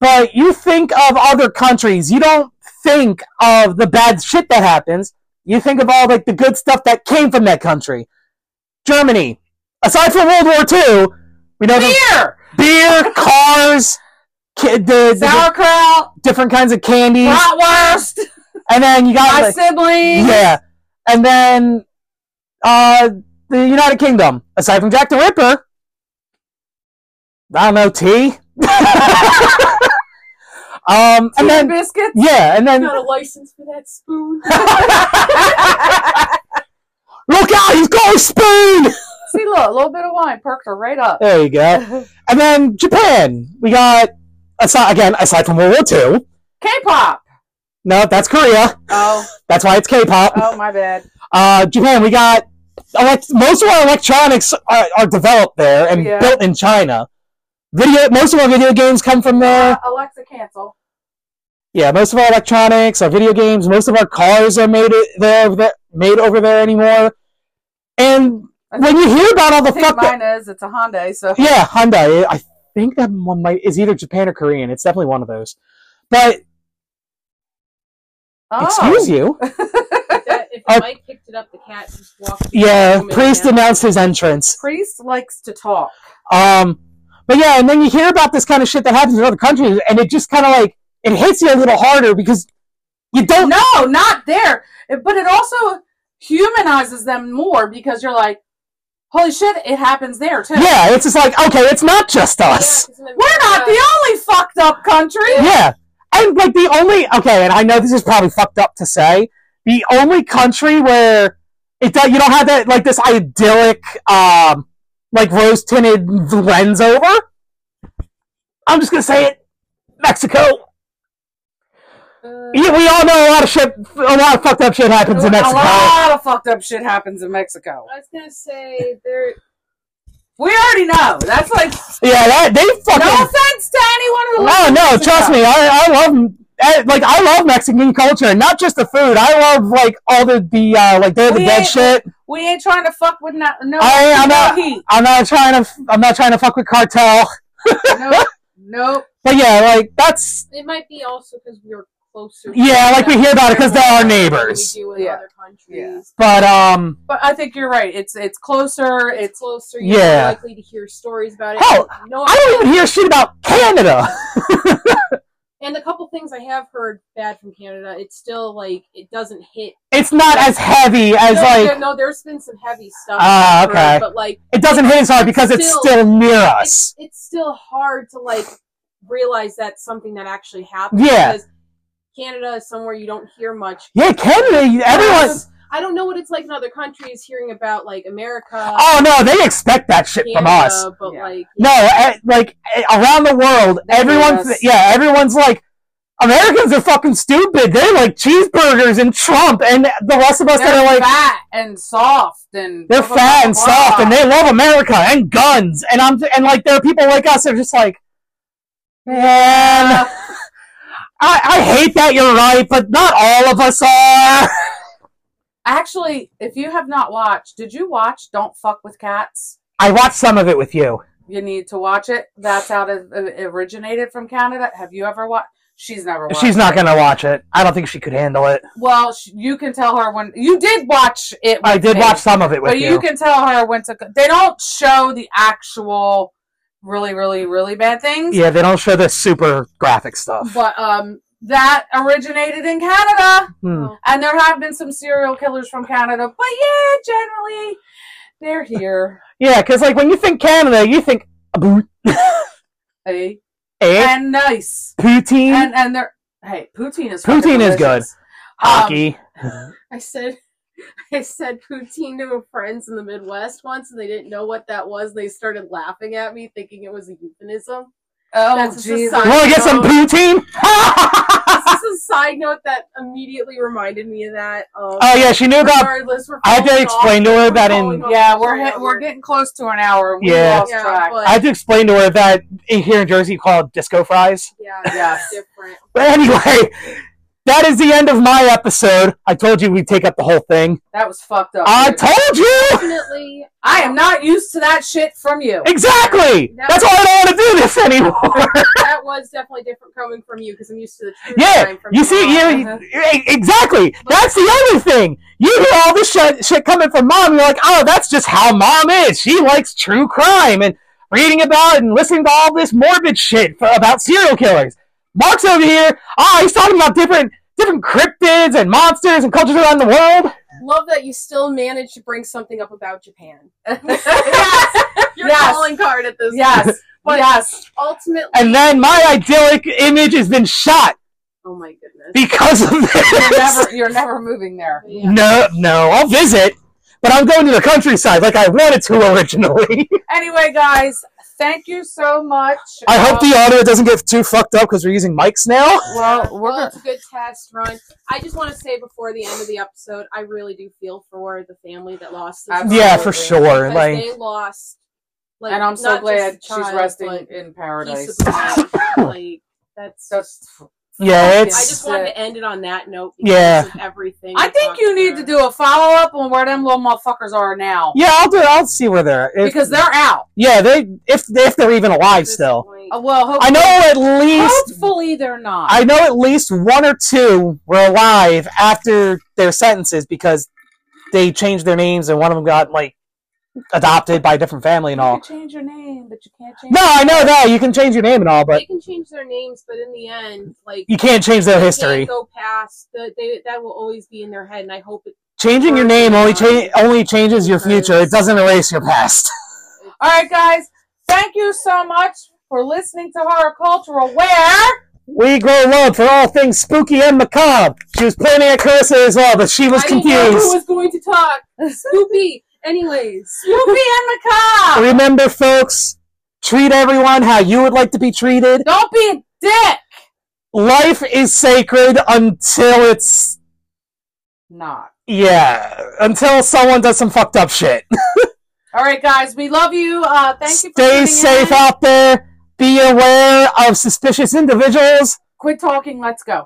[SPEAKER 2] But you think of other countries, you don't think of the bad shit that happens. You think of all like the good stuff that came from that country. Germany, aside from World War II, we know the
[SPEAKER 1] beer,
[SPEAKER 2] beer, cars, ki- the, the
[SPEAKER 1] sauerkraut,
[SPEAKER 2] different kinds of candies,
[SPEAKER 1] bratwurst,
[SPEAKER 2] and then you got
[SPEAKER 1] my
[SPEAKER 2] like,
[SPEAKER 1] siblings.
[SPEAKER 2] yeah, and then uh, the United Kingdom. Aside from Jack the Ripper, I don't know tea. um, and then
[SPEAKER 1] biscuits.
[SPEAKER 2] yeah, and then
[SPEAKER 5] not a license for that spoon.
[SPEAKER 2] look out, he's got a spoon.
[SPEAKER 1] See, look, a little bit of wine perked her right up.
[SPEAKER 2] There you go. And then Japan, we got aside again aside from World War II.
[SPEAKER 1] K-pop.
[SPEAKER 2] No, that's Korea.
[SPEAKER 1] Oh,
[SPEAKER 2] That's why it's K-pop.
[SPEAKER 1] oh, my bad.
[SPEAKER 2] Uh, Japan, we got elect- most of our electronics are, are developed there and
[SPEAKER 1] Yeah.
[SPEAKER 2] built in China. Video, most of our video games come from
[SPEAKER 1] Uh,
[SPEAKER 2] there.
[SPEAKER 1] Alexa, cancel.
[SPEAKER 2] Yeah, most of our electronics, our video games, most of our cars are made it there, there made over there anymore. And
[SPEAKER 1] I
[SPEAKER 2] when you hear about all the
[SPEAKER 1] I think
[SPEAKER 2] fuck that,
[SPEAKER 1] mine is. It's a Hyundai, so
[SPEAKER 2] yeah, Hyundai, I think that one might is either Japan or Korean. It's definitely one of those. But
[SPEAKER 1] Oh.
[SPEAKER 2] excuse you,
[SPEAKER 5] That- if
[SPEAKER 2] Uh,
[SPEAKER 5] Mike picked it up, the cat just walked.
[SPEAKER 2] yeah,
[SPEAKER 5] Woman,
[SPEAKER 2] priest
[SPEAKER 5] yeah.
[SPEAKER 2] announced his entrance.
[SPEAKER 1] Priest likes to talk.
[SPEAKER 2] Um, but yeah, and then you hear about this kind of shit that happens in other countries, and it just kind of like it hits you a little harder because you don't.
[SPEAKER 1] No, not there. It- But it also humanizes them more because you're like, holy shit, it happens there too.
[SPEAKER 2] Yeah, it's just like okay, it's not just us.
[SPEAKER 1] We're not the only fucked up country.
[SPEAKER 2] Yeah. and like the only okay, and I know this is probably fucked up to say, the only country where it do- you don't have that like this idyllic um like rose tinted lens over. I'm just gonna say it, Mexico.
[SPEAKER 1] Uh,
[SPEAKER 5] the.
[SPEAKER 2] Yeah, we all know a lot of shit, a lot of fucked up shit happens in
[SPEAKER 1] A
[SPEAKER 2] Mexico.
[SPEAKER 1] lot of fucked up shit happens in Mexico.
[SPEAKER 5] I was gonna say there.
[SPEAKER 1] We already know. That's like
[SPEAKER 2] Yeah, that, they fucking.
[SPEAKER 1] no offense to anyone who
[SPEAKER 2] Oh
[SPEAKER 1] lives in
[SPEAKER 2] no,
[SPEAKER 1] Mexico.
[SPEAKER 2] trust me, I, I love eh, like I love Mexican culture, and not just the food. I love like all the the uh, like they're the
[SPEAKER 1] We
[SPEAKER 2] dead
[SPEAKER 1] ain't-
[SPEAKER 2] shit.
[SPEAKER 1] We ain't trying to fuck with not, no
[SPEAKER 2] I- I'm
[SPEAKER 1] no
[SPEAKER 2] not-
[SPEAKER 1] heat.
[SPEAKER 2] I'm not trying to I'm not trying to fuck with cartel,
[SPEAKER 1] Nope. nope.
[SPEAKER 2] but yeah, like that's
[SPEAKER 5] It might be also because we're closer.
[SPEAKER 2] Yeah, like we hear about it 'cause they're our
[SPEAKER 5] than
[SPEAKER 2] neighbors.
[SPEAKER 5] We do in
[SPEAKER 1] Yeah.
[SPEAKER 5] other countries.
[SPEAKER 2] but um
[SPEAKER 1] But I think you're right. It's it's closer.
[SPEAKER 5] It's
[SPEAKER 1] It's
[SPEAKER 5] closer. You're
[SPEAKER 2] Yeah.
[SPEAKER 5] more likely to hear stories about it.
[SPEAKER 2] Hell,
[SPEAKER 5] no,
[SPEAKER 2] I don't even hear shit about Canada.
[SPEAKER 5] And the couple things I have heard bad from Canada, it's still like it doesn't hit.
[SPEAKER 2] It's not as heavy as
[SPEAKER 5] no,
[SPEAKER 2] like
[SPEAKER 5] there- no, there's been some heavy stuff.
[SPEAKER 2] Ah,
[SPEAKER 5] I've heard,
[SPEAKER 2] okay.
[SPEAKER 5] But like,
[SPEAKER 2] it doesn't hit as hard because it's
[SPEAKER 5] Still-
[SPEAKER 2] still near us.
[SPEAKER 5] it's, it's still hard to like realize that's something that actually happened.
[SPEAKER 2] Yeah.
[SPEAKER 5] Because Canada is somewhere you don't hear much.
[SPEAKER 2] Yeah, Canada, everyone.
[SPEAKER 5] I don't know what it's like in other countries hearing about like America.
[SPEAKER 2] Oh no, they expect that shit from
[SPEAKER 5] Canada,
[SPEAKER 2] us.
[SPEAKER 5] But
[SPEAKER 1] Yeah.
[SPEAKER 5] like,
[SPEAKER 2] No, eh, like eh, around the world,
[SPEAKER 1] They hate
[SPEAKER 2] everyone's
[SPEAKER 1] us.
[SPEAKER 2] yeah, everyone's like, Americans are fucking stupid. They like cheeseburgers and Trump, and the rest of us that
[SPEAKER 1] they're
[SPEAKER 2] are like
[SPEAKER 1] fat and soft and
[SPEAKER 2] they're fat and soft, and they love America and guns, and I'm and like there are people like us that are just like, man, I, I hate that you're right, but not all of us are.
[SPEAKER 1] Actually, if you have not watched, did you watch Don't Fuck with Cats?
[SPEAKER 2] I watched some of it with you.
[SPEAKER 1] You need to watch it. That's how it it originated from Canada. Have you ever watched? She's never watched.
[SPEAKER 2] She's not gonna watch it. I don't think she could handle it.
[SPEAKER 1] Well, sh- you can tell her when you did watch it.
[SPEAKER 2] I
[SPEAKER 1] with
[SPEAKER 2] did
[SPEAKER 1] me,
[SPEAKER 2] watch some of it with
[SPEAKER 1] but you. can tell her when to. They don't show the actual, really, really, really bad things.
[SPEAKER 2] Yeah, they don't show the super graphic stuff.
[SPEAKER 1] But um, that originated in Canada,
[SPEAKER 2] Hmm.
[SPEAKER 1] and there have been some serial killers from Canada. But yeah, generally, they're here.
[SPEAKER 2] Yeah, because like when you think Canada, you think a boot,
[SPEAKER 1] eh?
[SPEAKER 2] egg,
[SPEAKER 1] and nice.
[SPEAKER 2] poutine,
[SPEAKER 1] And and they're hey, poutine is
[SPEAKER 2] Poutine
[SPEAKER 1] fucking
[SPEAKER 2] is good.
[SPEAKER 1] delicious. Um,
[SPEAKER 2] hockey.
[SPEAKER 5] I said, I said poutine to friends in the Midwest once, and they didn't know what that was. They started laughing at me, thinking it was a euphemism.
[SPEAKER 1] oh
[SPEAKER 5] That's a
[SPEAKER 1] Jesus.
[SPEAKER 5] society-
[SPEAKER 2] You want to get some
[SPEAKER 5] no.
[SPEAKER 2] poutine? oh
[SPEAKER 5] this is a side note that immediately reminded me of that. Um,
[SPEAKER 2] Oh, yeah, she knew about.
[SPEAKER 5] regardless, we're
[SPEAKER 2] I had to
[SPEAKER 5] falling
[SPEAKER 2] explain
[SPEAKER 5] off-
[SPEAKER 2] to her
[SPEAKER 5] we're
[SPEAKER 2] that
[SPEAKER 5] falling
[SPEAKER 2] in.
[SPEAKER 5] off
[SPEAKER 1] Yeah,
[SPEAKER 5] the
[SPEAKER 1] we're
[SPEAKER 5] trail.
[SPEAKER 1] hit, we're getting close to an hour. and We
[SPEAKER 2] Yeah.
[SPEAKER 1] lost
[SPEAKER 5] yeah,
[SPEAKER 1] track.
[SPEAKER 5] but,
[SPEAKER 2] I had to explain to her that in- here in Jersey you call it disco fries.
[SPEAKER 5] yeah,
[SPEAKER 1] Yes.
[SPEAKER 5] it's different.
[SPEAKER 2] But anyway, that is the end of my episode. I told you we'd take up the whole thing.
[SPEAKER 1] That was fucked up.
[SPEAKER 2] I
[SPEAKER 1] dude.
[SPEAKER 2] told you
[SPEAKER 5] Definitely,
[SPEAKER 1] I am not used to that shit from you.
[SPEAKER 2] exactly. That's why I don't want to do this anymore.
[SPEAKER 5] that was definitely different coming from you because I'm used to the true
[SPEAKER 2] Yeah,
[SPEAKER 5] crime from
[SPEAKER 2] you see,
[SPEAKER 5] mom.
[SPEAKER 2] you, e- exactly. That's the other thing. You hear all this shit, shit coming from mom. You're like, oh, that's just how mom is. She likes true crime and reading about it and listening to all this morbid shit f about serial killers. Mark's over here. Oh, he's talking about different different cryptids and monsters and cultures around the world.
[SPEAKER 5] Uh-huh. Love that you still managed to bring something up about Japan.
[SPEAKER 1] yes,
[SPEAKER 5] Your
[SPEAKER 1] Yes.
[SPEAKER 5] calling card at this.
[SPEAKER 1] yes,
[SPEAKER 5] But-
[SPEAKER 1] yes.
[SPEAKER 5] Ultimately,
[SPEAKER 2] And then my idyllic image has been shot
[SPEAKER 5] oh my goodness.
[SPEAKER 2] because of this.
[SPEAKER 1] You're never, you're never moving there.
[SPEAKER 5] Yeah.
[SPEAKER 2] No, no, I'll visit, but I'm going to the countryside like I wanted to originally.
[SPEAKER 1] Anyway, guys, thank you so much.
[SPEAKER 2] I hope
[SPEAKER 1] Um,
[SPEAKER 2] the audio doesn't get too fucked up because we're using mics now.
[SPEAKER 1] Uh, Well, we're
[SPEAKER 5] Well,
[SPEAKER 1] gonna.
[SPEAKER 5] it's a good test run. I just want to say before the end of the episode, I really do feel for the family that lost. This
[SPEAKER 1] Absolutely.
[SPEAKER 2] Yeah,
[SPEAKER 5] child
[SPEAKER 2] for
[SPEAKER 1] Because
[SPEAKER 2] sure.
[SPEAKER 5] because
[SPEAKER 2] Like,
[SPEAKER 5] they lost. Like,
[SPEAKER 1] and I'm so
[SPEAKER 5] not
[SPEAKER 1] glad
[SPEAKER 5] just
[SPEAKER 1] she's
[SPEAKER 5] child,
[SPEAKER 1] resting
[SPEAKER 5] but
[SPEAKER 1] in
[SPEAKER 5] peace
[SPEAKER 1] paradise.
[SPEAKER 5] of mind. like that's.
[SPEAKER 1] That's
[SPEAKER 2] yeah,
[SPEAKER 5] I
[SPEAKER 2] it's
[SPEAKER 5] just wanted to end it on that note. because
[SPEAKER 2] Yeah.
[SPEAKER 5] of everything.
[SPEAKER 1] I
[SPEAKER 5] we
[SPEAKER 1] think
[SPEAKER 5] talked
[SPEAKER 1] you need to
[SPEAKER 5] through.
[SPEAKER 1] do a follow up on where them little motherfuckers are now.
[SPEAKER 2] yeah. I'll do. it. I'll see where they're at. If-
[SPEAKER 1] because they're out.
[SPEAKER 2] yeah, they if if they're even
[SPEAKER 5] At
[SPEAKER 2] alive
[SPEAKER 5] this
[SPEAKER 2] still.
[SPEAKER 5] point.
[SPEAKER 1] Uh, well, hopefully,
[SPEAKER 2] I know at least
[SPEAKER 1] Hopefully they're not.
[SPEAKER 2] I know at least one or two were alive after their sentences because they changed their names and one of them got like adopted by a different family and
[SPEAKER 1] you
[SPEAKER 2] all.
[SPEAKER 1] can change your name, but you can't change.
[SPEAKER 2] No, I know that you can change your name and all, but
[SPEAKER 5] they can change their names, but in the end, like
[SPEAKER 2] you can't change their
[SPEAKER 5] they
[SPEAKER 2] history.
[SPEAKER 5] Can't go past the, they, that will always be in their head, and I hope it.
[SPEAKER 2] Changing your name only cha- only changes your future. It doesn't erase your past.
[SPEAKER 1] All right, guys. Thank you so much for listening to Horror Cultural. Where
[SPEAKER 2] We grow love for all things spooky and macabre. She was pointing at Carissa as well, but she was
[SPEAKER 5] I didn't know who
[SPEAKER 2] confused.
[SPEAKER 5] was going to talk. Snoopy. Anyways.
[SPEAKER 1] Snoopy and macabre.
[SPEAKER 2] Remember, folks, treat everyone how you would like to be treated.
[SPEAKER 1] Don't be a dick.
[SPEAKER 2] Life is sacred until it's
[SPEAKER 1] Not.
[SPEAKER 2] yeah, until someone does some fucked up shit.
[SPEAKER 1] All right, guys. We love you. Uh, thank you. For
[SPEAKER 2] Stay
[SPEAKER 1] tuning
[SPEAKER 2] safe
[SPEAKER 1] in.
[SPEAKER 2] out there. Be aware of suspicious individuals.
[SPEAKER 1] Quit talking. Let's go.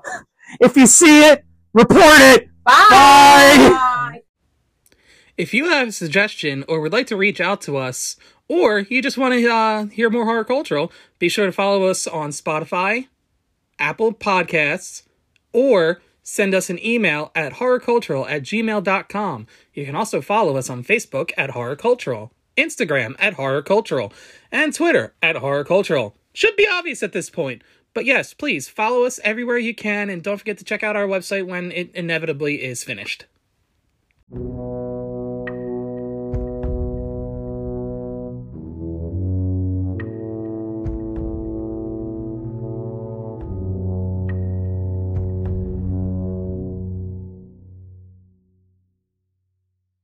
[SPEAKER 2] If you see it, report it. Bye.
[SPEAKER 5] Bye.
[SPEAKER 6] If you have a suggestion or would like to reach out to us, or you just want to uh, hear more horticultural, be sure to follow us on Spotify, Apple Podcasts, or send us an email at horticultural at gmail.com. You can also follow us on Facebook at horticultural, Instagram at horticultural, and Twitter at horticultural. Should be obvious at this point. But yes, please follow us everywhere you can, and don't forget to check out our website when it inevitably is finished.